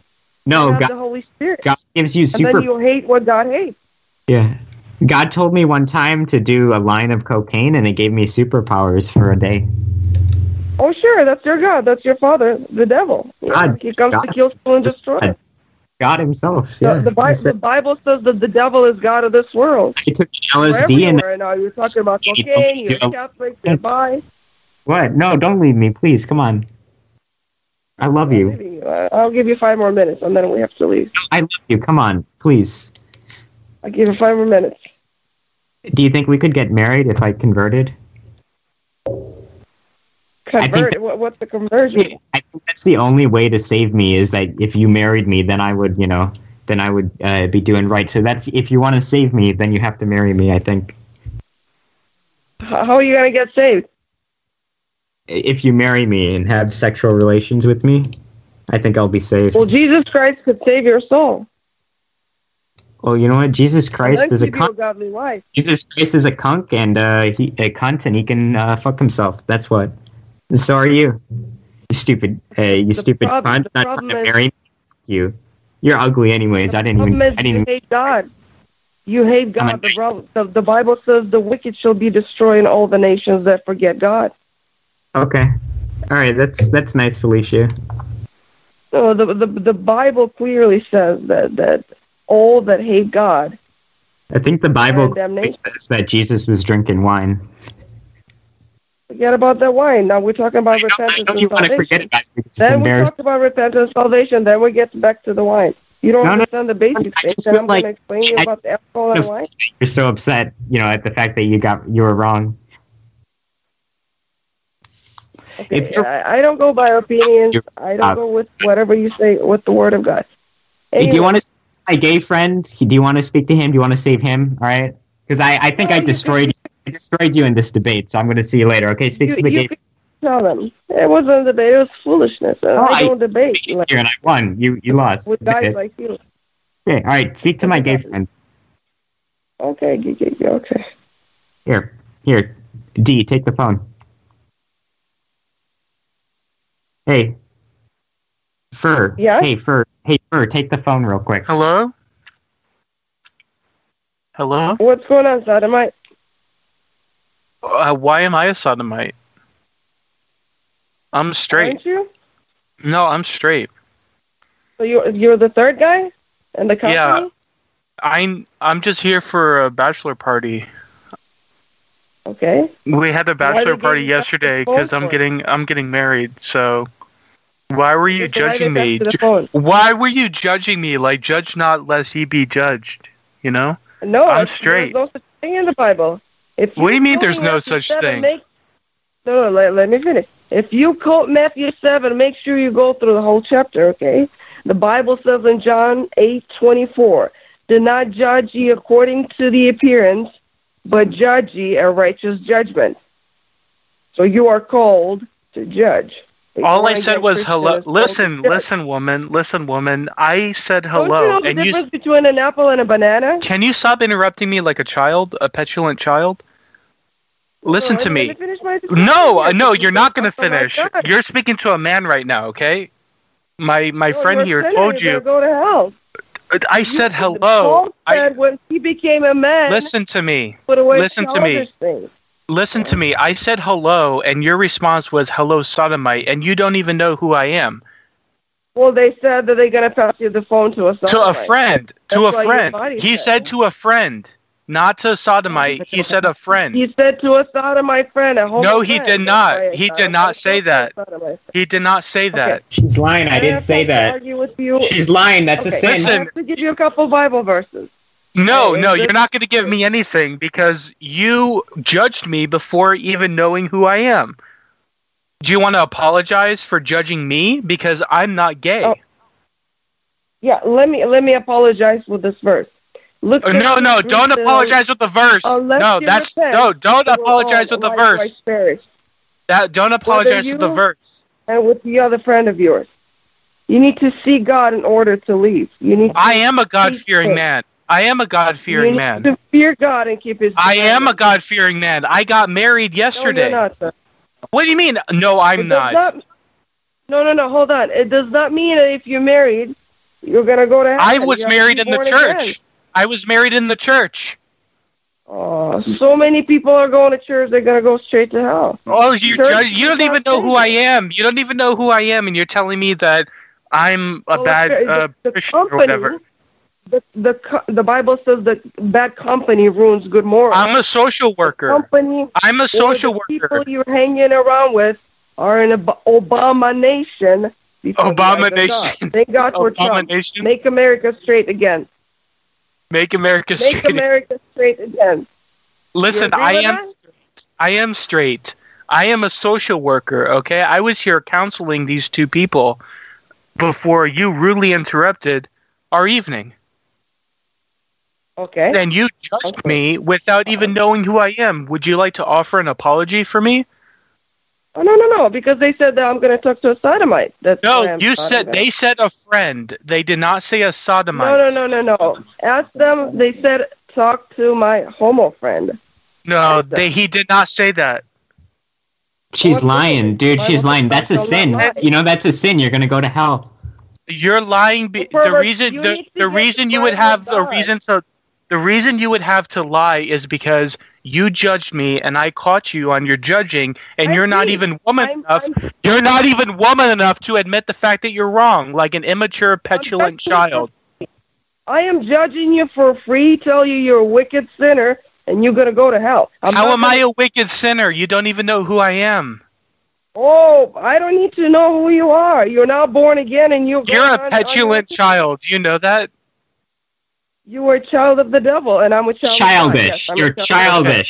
D: No,
L: have the
D: God,
L: Holy Spirit.
D: God gives you
L: And
D: super.
L: then you hate what God hates.
D: yeah. God told me one time to do a line of cocaine, and it gave me superpowers for a day.
L: Oh, sure, that's your God. That's your father, the devil. You know,
D: God-
L: he comes to
D: God-
L: kill, steal, and destroy.
D: God, God Himself.
L: The-
D: Yeah.
L: the, Bi- the Bible says that the devil is God of this world.
D: I took
L: Wherever
D: LSD
L: you
D: and
L: are now, you're talking about
D: You
L: cocaine,
D: don't
L: you're
D: do-
L: Catholic, you're bi.
D: what? No, don't leave me, please. Come on. I love you.
L: Uh, I'll give you five more minutes, and then we have to leave.
D: I love you. Come on, please.
L: I'll give you five more minutes.
D: Do you think we could get married if I converted?
L: Convert. What, what's the conversion?
D: That's the only way to save me is that if you married me, then I would, you know, then I would uh, be doing right. So that's if you want to save me, then you have to marry me. I think
L: How how are you going to get saved?
D: I- if you marry me and have sexual relations with me, I think I'll be saved.
L: Well, Jesus Christ could save your soul.
D: Well, you know what? Jesus
L: And
D: Christ
L: then
D: is a
L: give you a
D: cunt.
L: godly wife.
D: Jesus Christ is a cunk and uh, he a cunt, and he can uh, fuck himself. That's what. And so are you. You stupid. Hey, you stupid
L: prob-
D: cunt.
L: the
D: Not trying
L: problem
D: to
L: is-
D: marry me. Fuck You. You're ugly, anyways. I didn't even.
L: problem is
D: I didn't.
L: you
D: even-
L: hate God. You hate
D: I'm
L: God. The, Bible- the, the Bible says the wicked shall be destroyed in all the nations that forget God.
D: Okay. All right. That's that's nice, Felicia.
L: So the, the, the Bible clearly says that, that all that hate God
D: I think the
L: are
D: Bible
L: in damnation.
D: says that Jesus was drinking wine.
L: Forget about that wine. Now we're talking about repentance and
D: You want to
L: salvation.
D: forget about it because it's
L: Then we
D: embarrassing.
L: talked about repentance and salvation. Then we get back to the wine. You don't
D: No, no.
L: understand the basic things, and
D: was
L: I'm
D: like-
L: going to explain you
D: I-
L: about the alcohol and wine.
D: You're so upset, you know, at the fact that you got you were wrong.
L: Okay, I, I don't go by opinions. I don't go with whatever you say with the Word of God.
D: Hey, do you
L: Anyway,
D: want to my gay friend? He- Do you want to speak to him? Do you want to save him? All right, because I, I think I destroyed I destroyed you in this debate. So I'm going to see you later. Okay, speak
L: you,
D: to the
L: you
D: gay
L: could tell them it wasn't a debate. It was foolishness. And
D: Oh,
L: I
D: I-
L: don't debate like,
D: here, and I won. You you lost.
L: with
D: That's
L: guys
D: it.
L: like you.
D: Okay, all right. Speak to my gay friend.
L: Okay, g- g- g- okay.
D: Here, here, D, take the phone. Hey, Fur.
C: Yeah?
D: Hey, Fur. Hey, Fur. Take the phone real quick.
C: Hello. Hello.
L: What's going on, Sodomite?
C: Uh, why am I a sodomite? I'm straight.
L: Aren't you?
C: No, I'm straight.
L: So you're you're the third guy, and the company.
C: Yeah. I'm I'm just here for a bachelor party.
L: Okay.
C: We had a
L: Why
C: bachelor
L: they
C: party
L: gave you
C: yesterday
L: phone
C: because I'm
L: for?
C: getting I'm getting married. So why were you
L: So why they
C: judging
L: back
C: me?
L: to the
C: Ju-
L: phone?
C: Why were you judging me? Like judge not lest ye be judged. You know.
L: No,
C: I'm
L: it's-
C: straight.
L: There's no such thing in the Bible. If
C: What do you mean
L: quote
C: there's no
L: Matthew
C: such
L: 7,
C: thing?
L: Make, no, no, let, let me finish. If you quote Matthew seven, make sure you go through the whole chapter. Okay. The Bible says in John eight twenty four, "Do not judge ye according to the appearance, but judge ye a righteous judgment." So you are called to judge. If you
C: All I
L: wanna
C: said
L: get
C: was
L: Christian
C: hello.
L: as well,
C: Listen,
L: judge.
C: listen, woman. Listen, woman. I said
L: Don't
C: hello,
L: you know the
C: and you.
L: difference
C: s-
L: between an apple and a banana?
C: Can you stop interrupting me like a child, a petulant child? Listen
L: No,
C: to
L: let
C: me.
L: finish my discussion
C: No,
L: here.
C: uh, no, you're not going to
L: my
C: finish.
L: God.
C: You're speking to a man right now, okay? My my
L: No,
C: friend here
L: you're a sinner,
C: told
L: better
C: you.
L: Go to hell.
C: I said hello.
L: Paul said when he became a man,
C: Listen to me.
L: put away
C: Listen to me.
L: childish things.
C: Listen to me. I said hello, and your response was hello, sodomite, and you don't even know who I am.
L: Well, they said that they're gonna pass you the phone to us.
C: To a friend. To
L: That's
C: a
L: what your
C: friend.
L: body
C: He said to a friend, not to a sodomite. He said a friend.
L: He said to us, out of my friend, a homo
C: No, he
L: friend.
C: did
L: That's
C: not.
L: why it's
C: He
L: not
C: did not say that.
L: sodomite.
C: He did not say that.
D: She's lying. I didn't say that.
L: Argue with you.
D: She's lying. That's a
L: okay.
D: sin.
L: I have to give you a couple Bible verses.
C: No,
L: Hey,
C: no,
L: is
C: you're
L: this-
C: not going to give me anything because you judged me before even knowing who I am. Do you want to apologize for judging me because I'm not gay?
L: Oh, Yeah, let me let me apologize with this verse. Look.
C: Uh,
L: at
C: no,
L: the
C: no,
L: [laughs] Greek
C: don't
L: says,
C: apologize with the verse.
L: "Unless
C: No,
L: you
C: that's
L: repent,
C: no, don't
L: you will
C: apologize
L: all
C: with the
L: likewise
C: verse.
L: perish."
C: That don't apologize with the
L: you-
C: verse.
L: and with the other friend of yours. You need to see God in order to leave. You need. To
C: I am a God-fearing man. I am a God fearing
L: You need
C: man.
L: To fear God and keep His.
C: I am a God fearing man. I got married yesterday.
L: not, sir.
C: what do you mean? No, I'm not.
L: Does not- No, no, no. Hold on. It does not mean that if you're married, you're gonna go to heaven.
C: I was
L: You have to
C: married
L: be
C: in the
L: born
C: church.
L: again.
C: I was married in the church.
L: Oh, so many people are going to church. They're gonna go straight to hell.
C: Oh, you
L: Church
C: judge. You don't even know who I am. You don't even know who I am, and you're telling me that I'm a
L: Well,
C: bad
L: Oh, the-
C: uh,
L: the
C: Christian or
L: company-
C: whatever.
L: The the co- the Bible says that bad company ruins good morals.
C: I'm a social worker.
L: company.
C: I'm a
L: or
C: social
L: the
C: worker.
L: People you're hanging around with are an ab- abomination. before the eyes of God.
C: Abomination.
L: Thank God for Trump.
C: Abomination.
L: Make America straight again.
C: Make America
L: Make
C: straight.
L: America straight again.
C: [laughs] Listen,
L: You agree
C: I
L: with
C: am.
L: that?
C: I am straight. I am a social worker, okay? I was here counseling these two people before you rudely interrupted our evening.
L: Okay.
C: And you judged me without even knowing who I am. Would you like to offer an apology for me?
L: Oh no no no! Because they said that I'm going to talk to a sodomite. That's why
C: No,
L: I'm
C: you said
L: sodomite.
C: they said a friend. They did not say a sodomite.
L: No no no no no. Ask them. They said talk to my homo friend.
C: No, they, he did not say that.
D: She's lying, dude.
C: Why
D: She's
C: would
D: lying.
C: the
D: That's a
C: fuck
D: sin.
C: not lie?
D: You know, that's a sin. You're gonna go to hell.
C: You're lying. Be- the
D: Proverbs,
C: reason
D: you
C: the,
D: need to
C: the
D: get
C: reason you
D: the
C: would
D: Bible
C: have the
D: done.
C: reason to the reason you would have to lie is because you judged me and I caught you on your judging, and you're not even woman enough. You're not even woman enough to admit the fact that you're wrong, like an immature, petulant child.
L: I am judging you for free. Tell you you're a wicked sinner and you're going to go to hell. I'm
C: How
L: not
C: am I a wicked sinner? You don't even know who I am.
L: Oh, I don't need to know who you are. You're now born again, and you're
C: You're a petulant child. Do You know that.
L: you are a child of the devil, and I'm a child. Of God. Yes, I'm a child of God.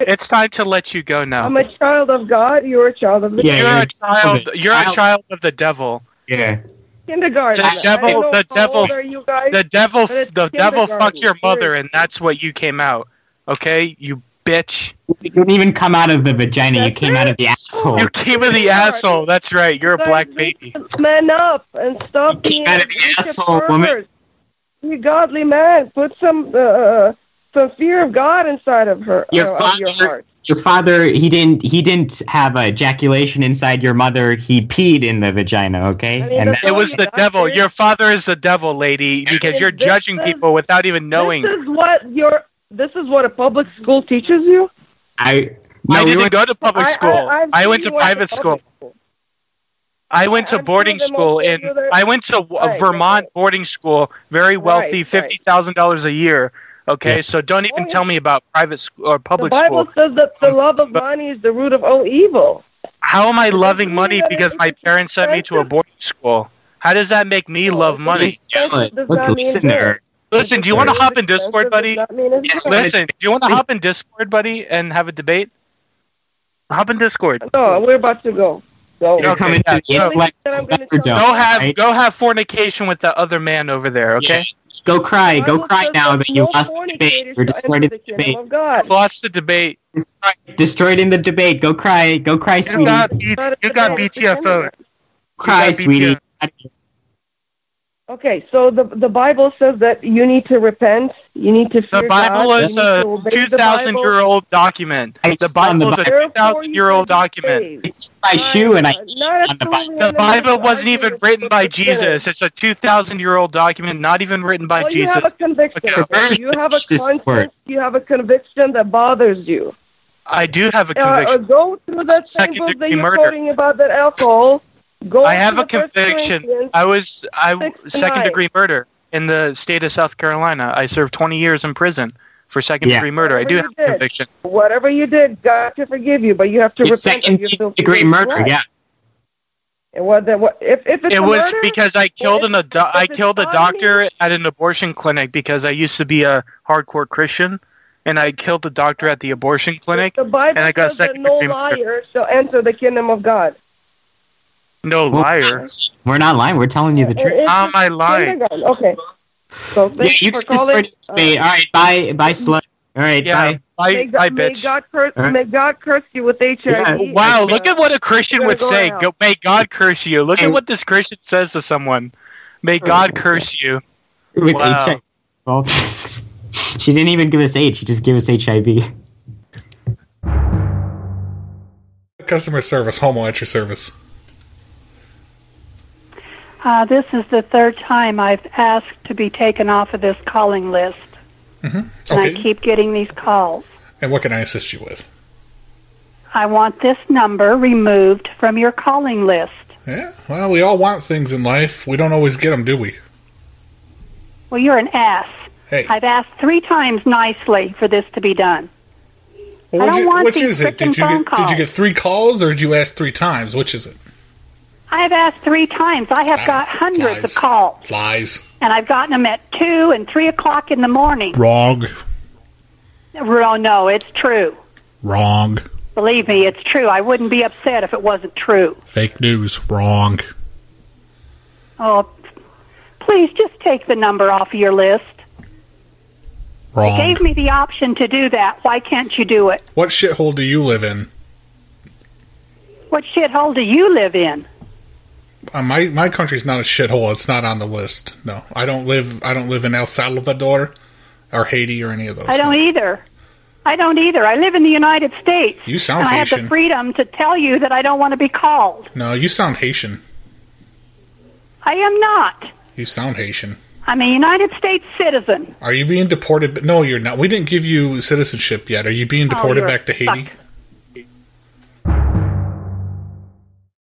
C: Okay. It's time to let you go now.
L: I'm a child of God. You're a child of the
C: you're,
L: devil.
C: a child. You're a child of the devil.
D: Yeah.
L: kindergarten.
C: The
L: I
C: devil-
L: don't know
C: the
L: how old
C: devil-
L: Are you guys?
C: The devil.
L: But it's
C: The devil
L: kindergarten.
C: fucked your
L: You're-
C: mother, and that's what you came out. Okay, you bitch. [laughs]
D: You didn't even come out of the vagina. You came out of the asshole.
C: You came with the asshole. That's right. You're a black
L: [laughs]
C: baby.
L: Man up and stop being
C: gotta
L: a
C: be
L: bunch of
C: asshole, woman.
L: perverts. You godly man, put some uh, some fear of God inside of her
D: Your
L: uh, of your heart.
D: Your father, he didn't. He didn't have a ejaculation inside your mother. He peed in the vagina. Okay. And that-
C: It was the devil. Your father is the devil, lady, because you're
L: This
C: judging
L: is-
C: people without even knowing.
L: This is what your this is what a public school teaches you.
D: I.
C: I didn't go to public
L: I- I-
C: school. I,
L: I've seen
C: went to
L: you at the
C: private school.
L: public
C: I went to boarding
L: them
C: school
L: also
C: in.
L: do their-
C: I went to a
L: Right,
C: Vermont boarding school, very wealthy,
L: right.
C: fifty thousand dollars a year. Okay, so don't even tell me about private school or
L: The
C: public
L: Bible
C: school.
L: says that the love of money is the root of E all evil.
C: How am I loving money because my parents sent me to a boarding school? How does that make me love money?
D: Expensive does Look, not mean listen good. there.
C: Listen, do you want to
D: Expensive
C: hop in Discord, buddy?
L: good.
C: Listen, do you want to hop in Discord, buddy, and have a debate? Hop in Discord.
L: No, we're about to go. So
C: You're coming to the intellect
D: Superdome,
C: Go have
D: right?
C: go have fornication with the other man over there, okay?
D: Go cry. Go cry now that you lost the debate. You're destroyed in the debate.
L: God.
C: Lost the debate.
D: Destroyed in the debate. Go cry. Go cry,
C: You
D: sweetie.
C: got B- you got BTFO.
D: Cry, sweetie.
L: Okay, so the the Bible says that you need to repent, you need to fear
C: The Bible
L: God,
C: is
L: you need
C: a
L: to obey the
C: 2,000
L: Bible.
C: year old document. The Bible is a 2,000 year old document.
D: My shoe and I.
C: The Bible wasn't even written by Jesus. It's a 2,000 year old document, not even written by
L: Well, you
C: Jesus.
L: have a conviction.
C: Okay.
L: You have a
C: Jesus' word.
L: conscience. You have a conviction that bothers you.
C: I do have a
L: Uh, or
C: conviction.
L: go through that
C: Second
L: same book that
C: degree
L: you're
C: murder.
L: quoting about that alcohol. Go
C: I have
L: to
C: a
L: the First
C: conviction.
L: Corinthians.
C: I was I
L: to
C: second
L: nine.
C: degree murder in the state of South Carolina. I served 20 years in prison for second degree murder. I do have
L: Whatever
C: a
L: you did.
C: conviction.
L: Whatever you did, God can forgive you, but you have to
C: It's
L: repent.
C: second
L: of your filthy
C: degree
L: ways.
C: murder,
L: Right.
C: yeah.
L: And what, the, what if if it's
C: It
L: a
C: was
L: murder,
C: because I killed an adu- I killed a doctor at an abortion clinic because I used to be a hardcore Christian, and I killed the doctor at the abortion clinic,
L: the Bible
C: and I got
L: says that
C: second
L: no
C: degree murder.
L: liar shall enter the kingdom of God.
C: No liar.
D: We're not lying. We're telling you the
C: [laughs]
L: It-
D: truth.
L: it's
C: How am I lying?
L: kindergarten. Okay. So
D: Yeah,
L: thank
D: you
L: you for
D: just destroyed
L: calling. uh,
D: the debate. All right. [laughs] Bye. Bye, slut. All right. Bye.
L: may God, may God curse,
D: All right.
L: may God curse you with HIV.
C: Wow, look at what a Christian
L: You're
C: would
L: gonna go
C: say.
L: to
C: Go,
L: hell.
C: may God curse you. Look at what this Christian says to someone. May God curse you.
D: With
C: Wow.
D: HIV. Well, she didn't even give us AIDS. She just gave us HIV.
B: Customer service, homo at your service.
U: Uh, this is the third time I've asked to be taken off of this calling list. And I keep getting these calls.
B: And what can I assist you with?
U: I want this number removed from your calling list.
B: Yeah, well, we all want things in life. We don't always get them, do we?
U: Well, you're an ass.
B: Hey.
U: I've asked three times nicely for this to be done. I
B: Well,
U: don't
B: which
U: want
B: which
U: these
B: is it?
U: frickin'
B: Did you
U: phone
B: get did you
U: calls.
B: get three calls or did you ask three times? Which is it?
U: I've asked three times. I
B: Ah,
U: have got hundreds
B: lies.
U: of calls,
B: Lies.
U: and I've gotten them at 2 and 3 o'clock in the morning.
B: Wrong.
U: Well, no, it's true.
B: Wrong.
U: Believe me, it's true. I wouldn't be upset if it wasn't true.
B: Fake news. Wrong.
U: Oh, please just take the number off of your list. They
B: Wrong.
U: gave me the option to do that. Why can't you do it?
B: What shithole do you live in?
U: What shithole do you live in?
B: Uh, my my country's not a shithole. It's not on the list. No, I don't live. I don't live in El Salvador, or Haiti, or any of those.
U: I don't either. I don't either. I live in the United States.
B: You sound
U: and I have
B: Haitian.
U: the freedom to tell you that I don't want to be called.
B: No, you sound Haitian.
U: I am not.
B: You sound Haitian.
U: I'm a United States citizen.
B: Are you being deported? No, you're not. We didn't give you citizenship yet. Are you being
U: Oh,
B: deported
U: you're
B: back to
U: a
B: Haiti?
U: suck.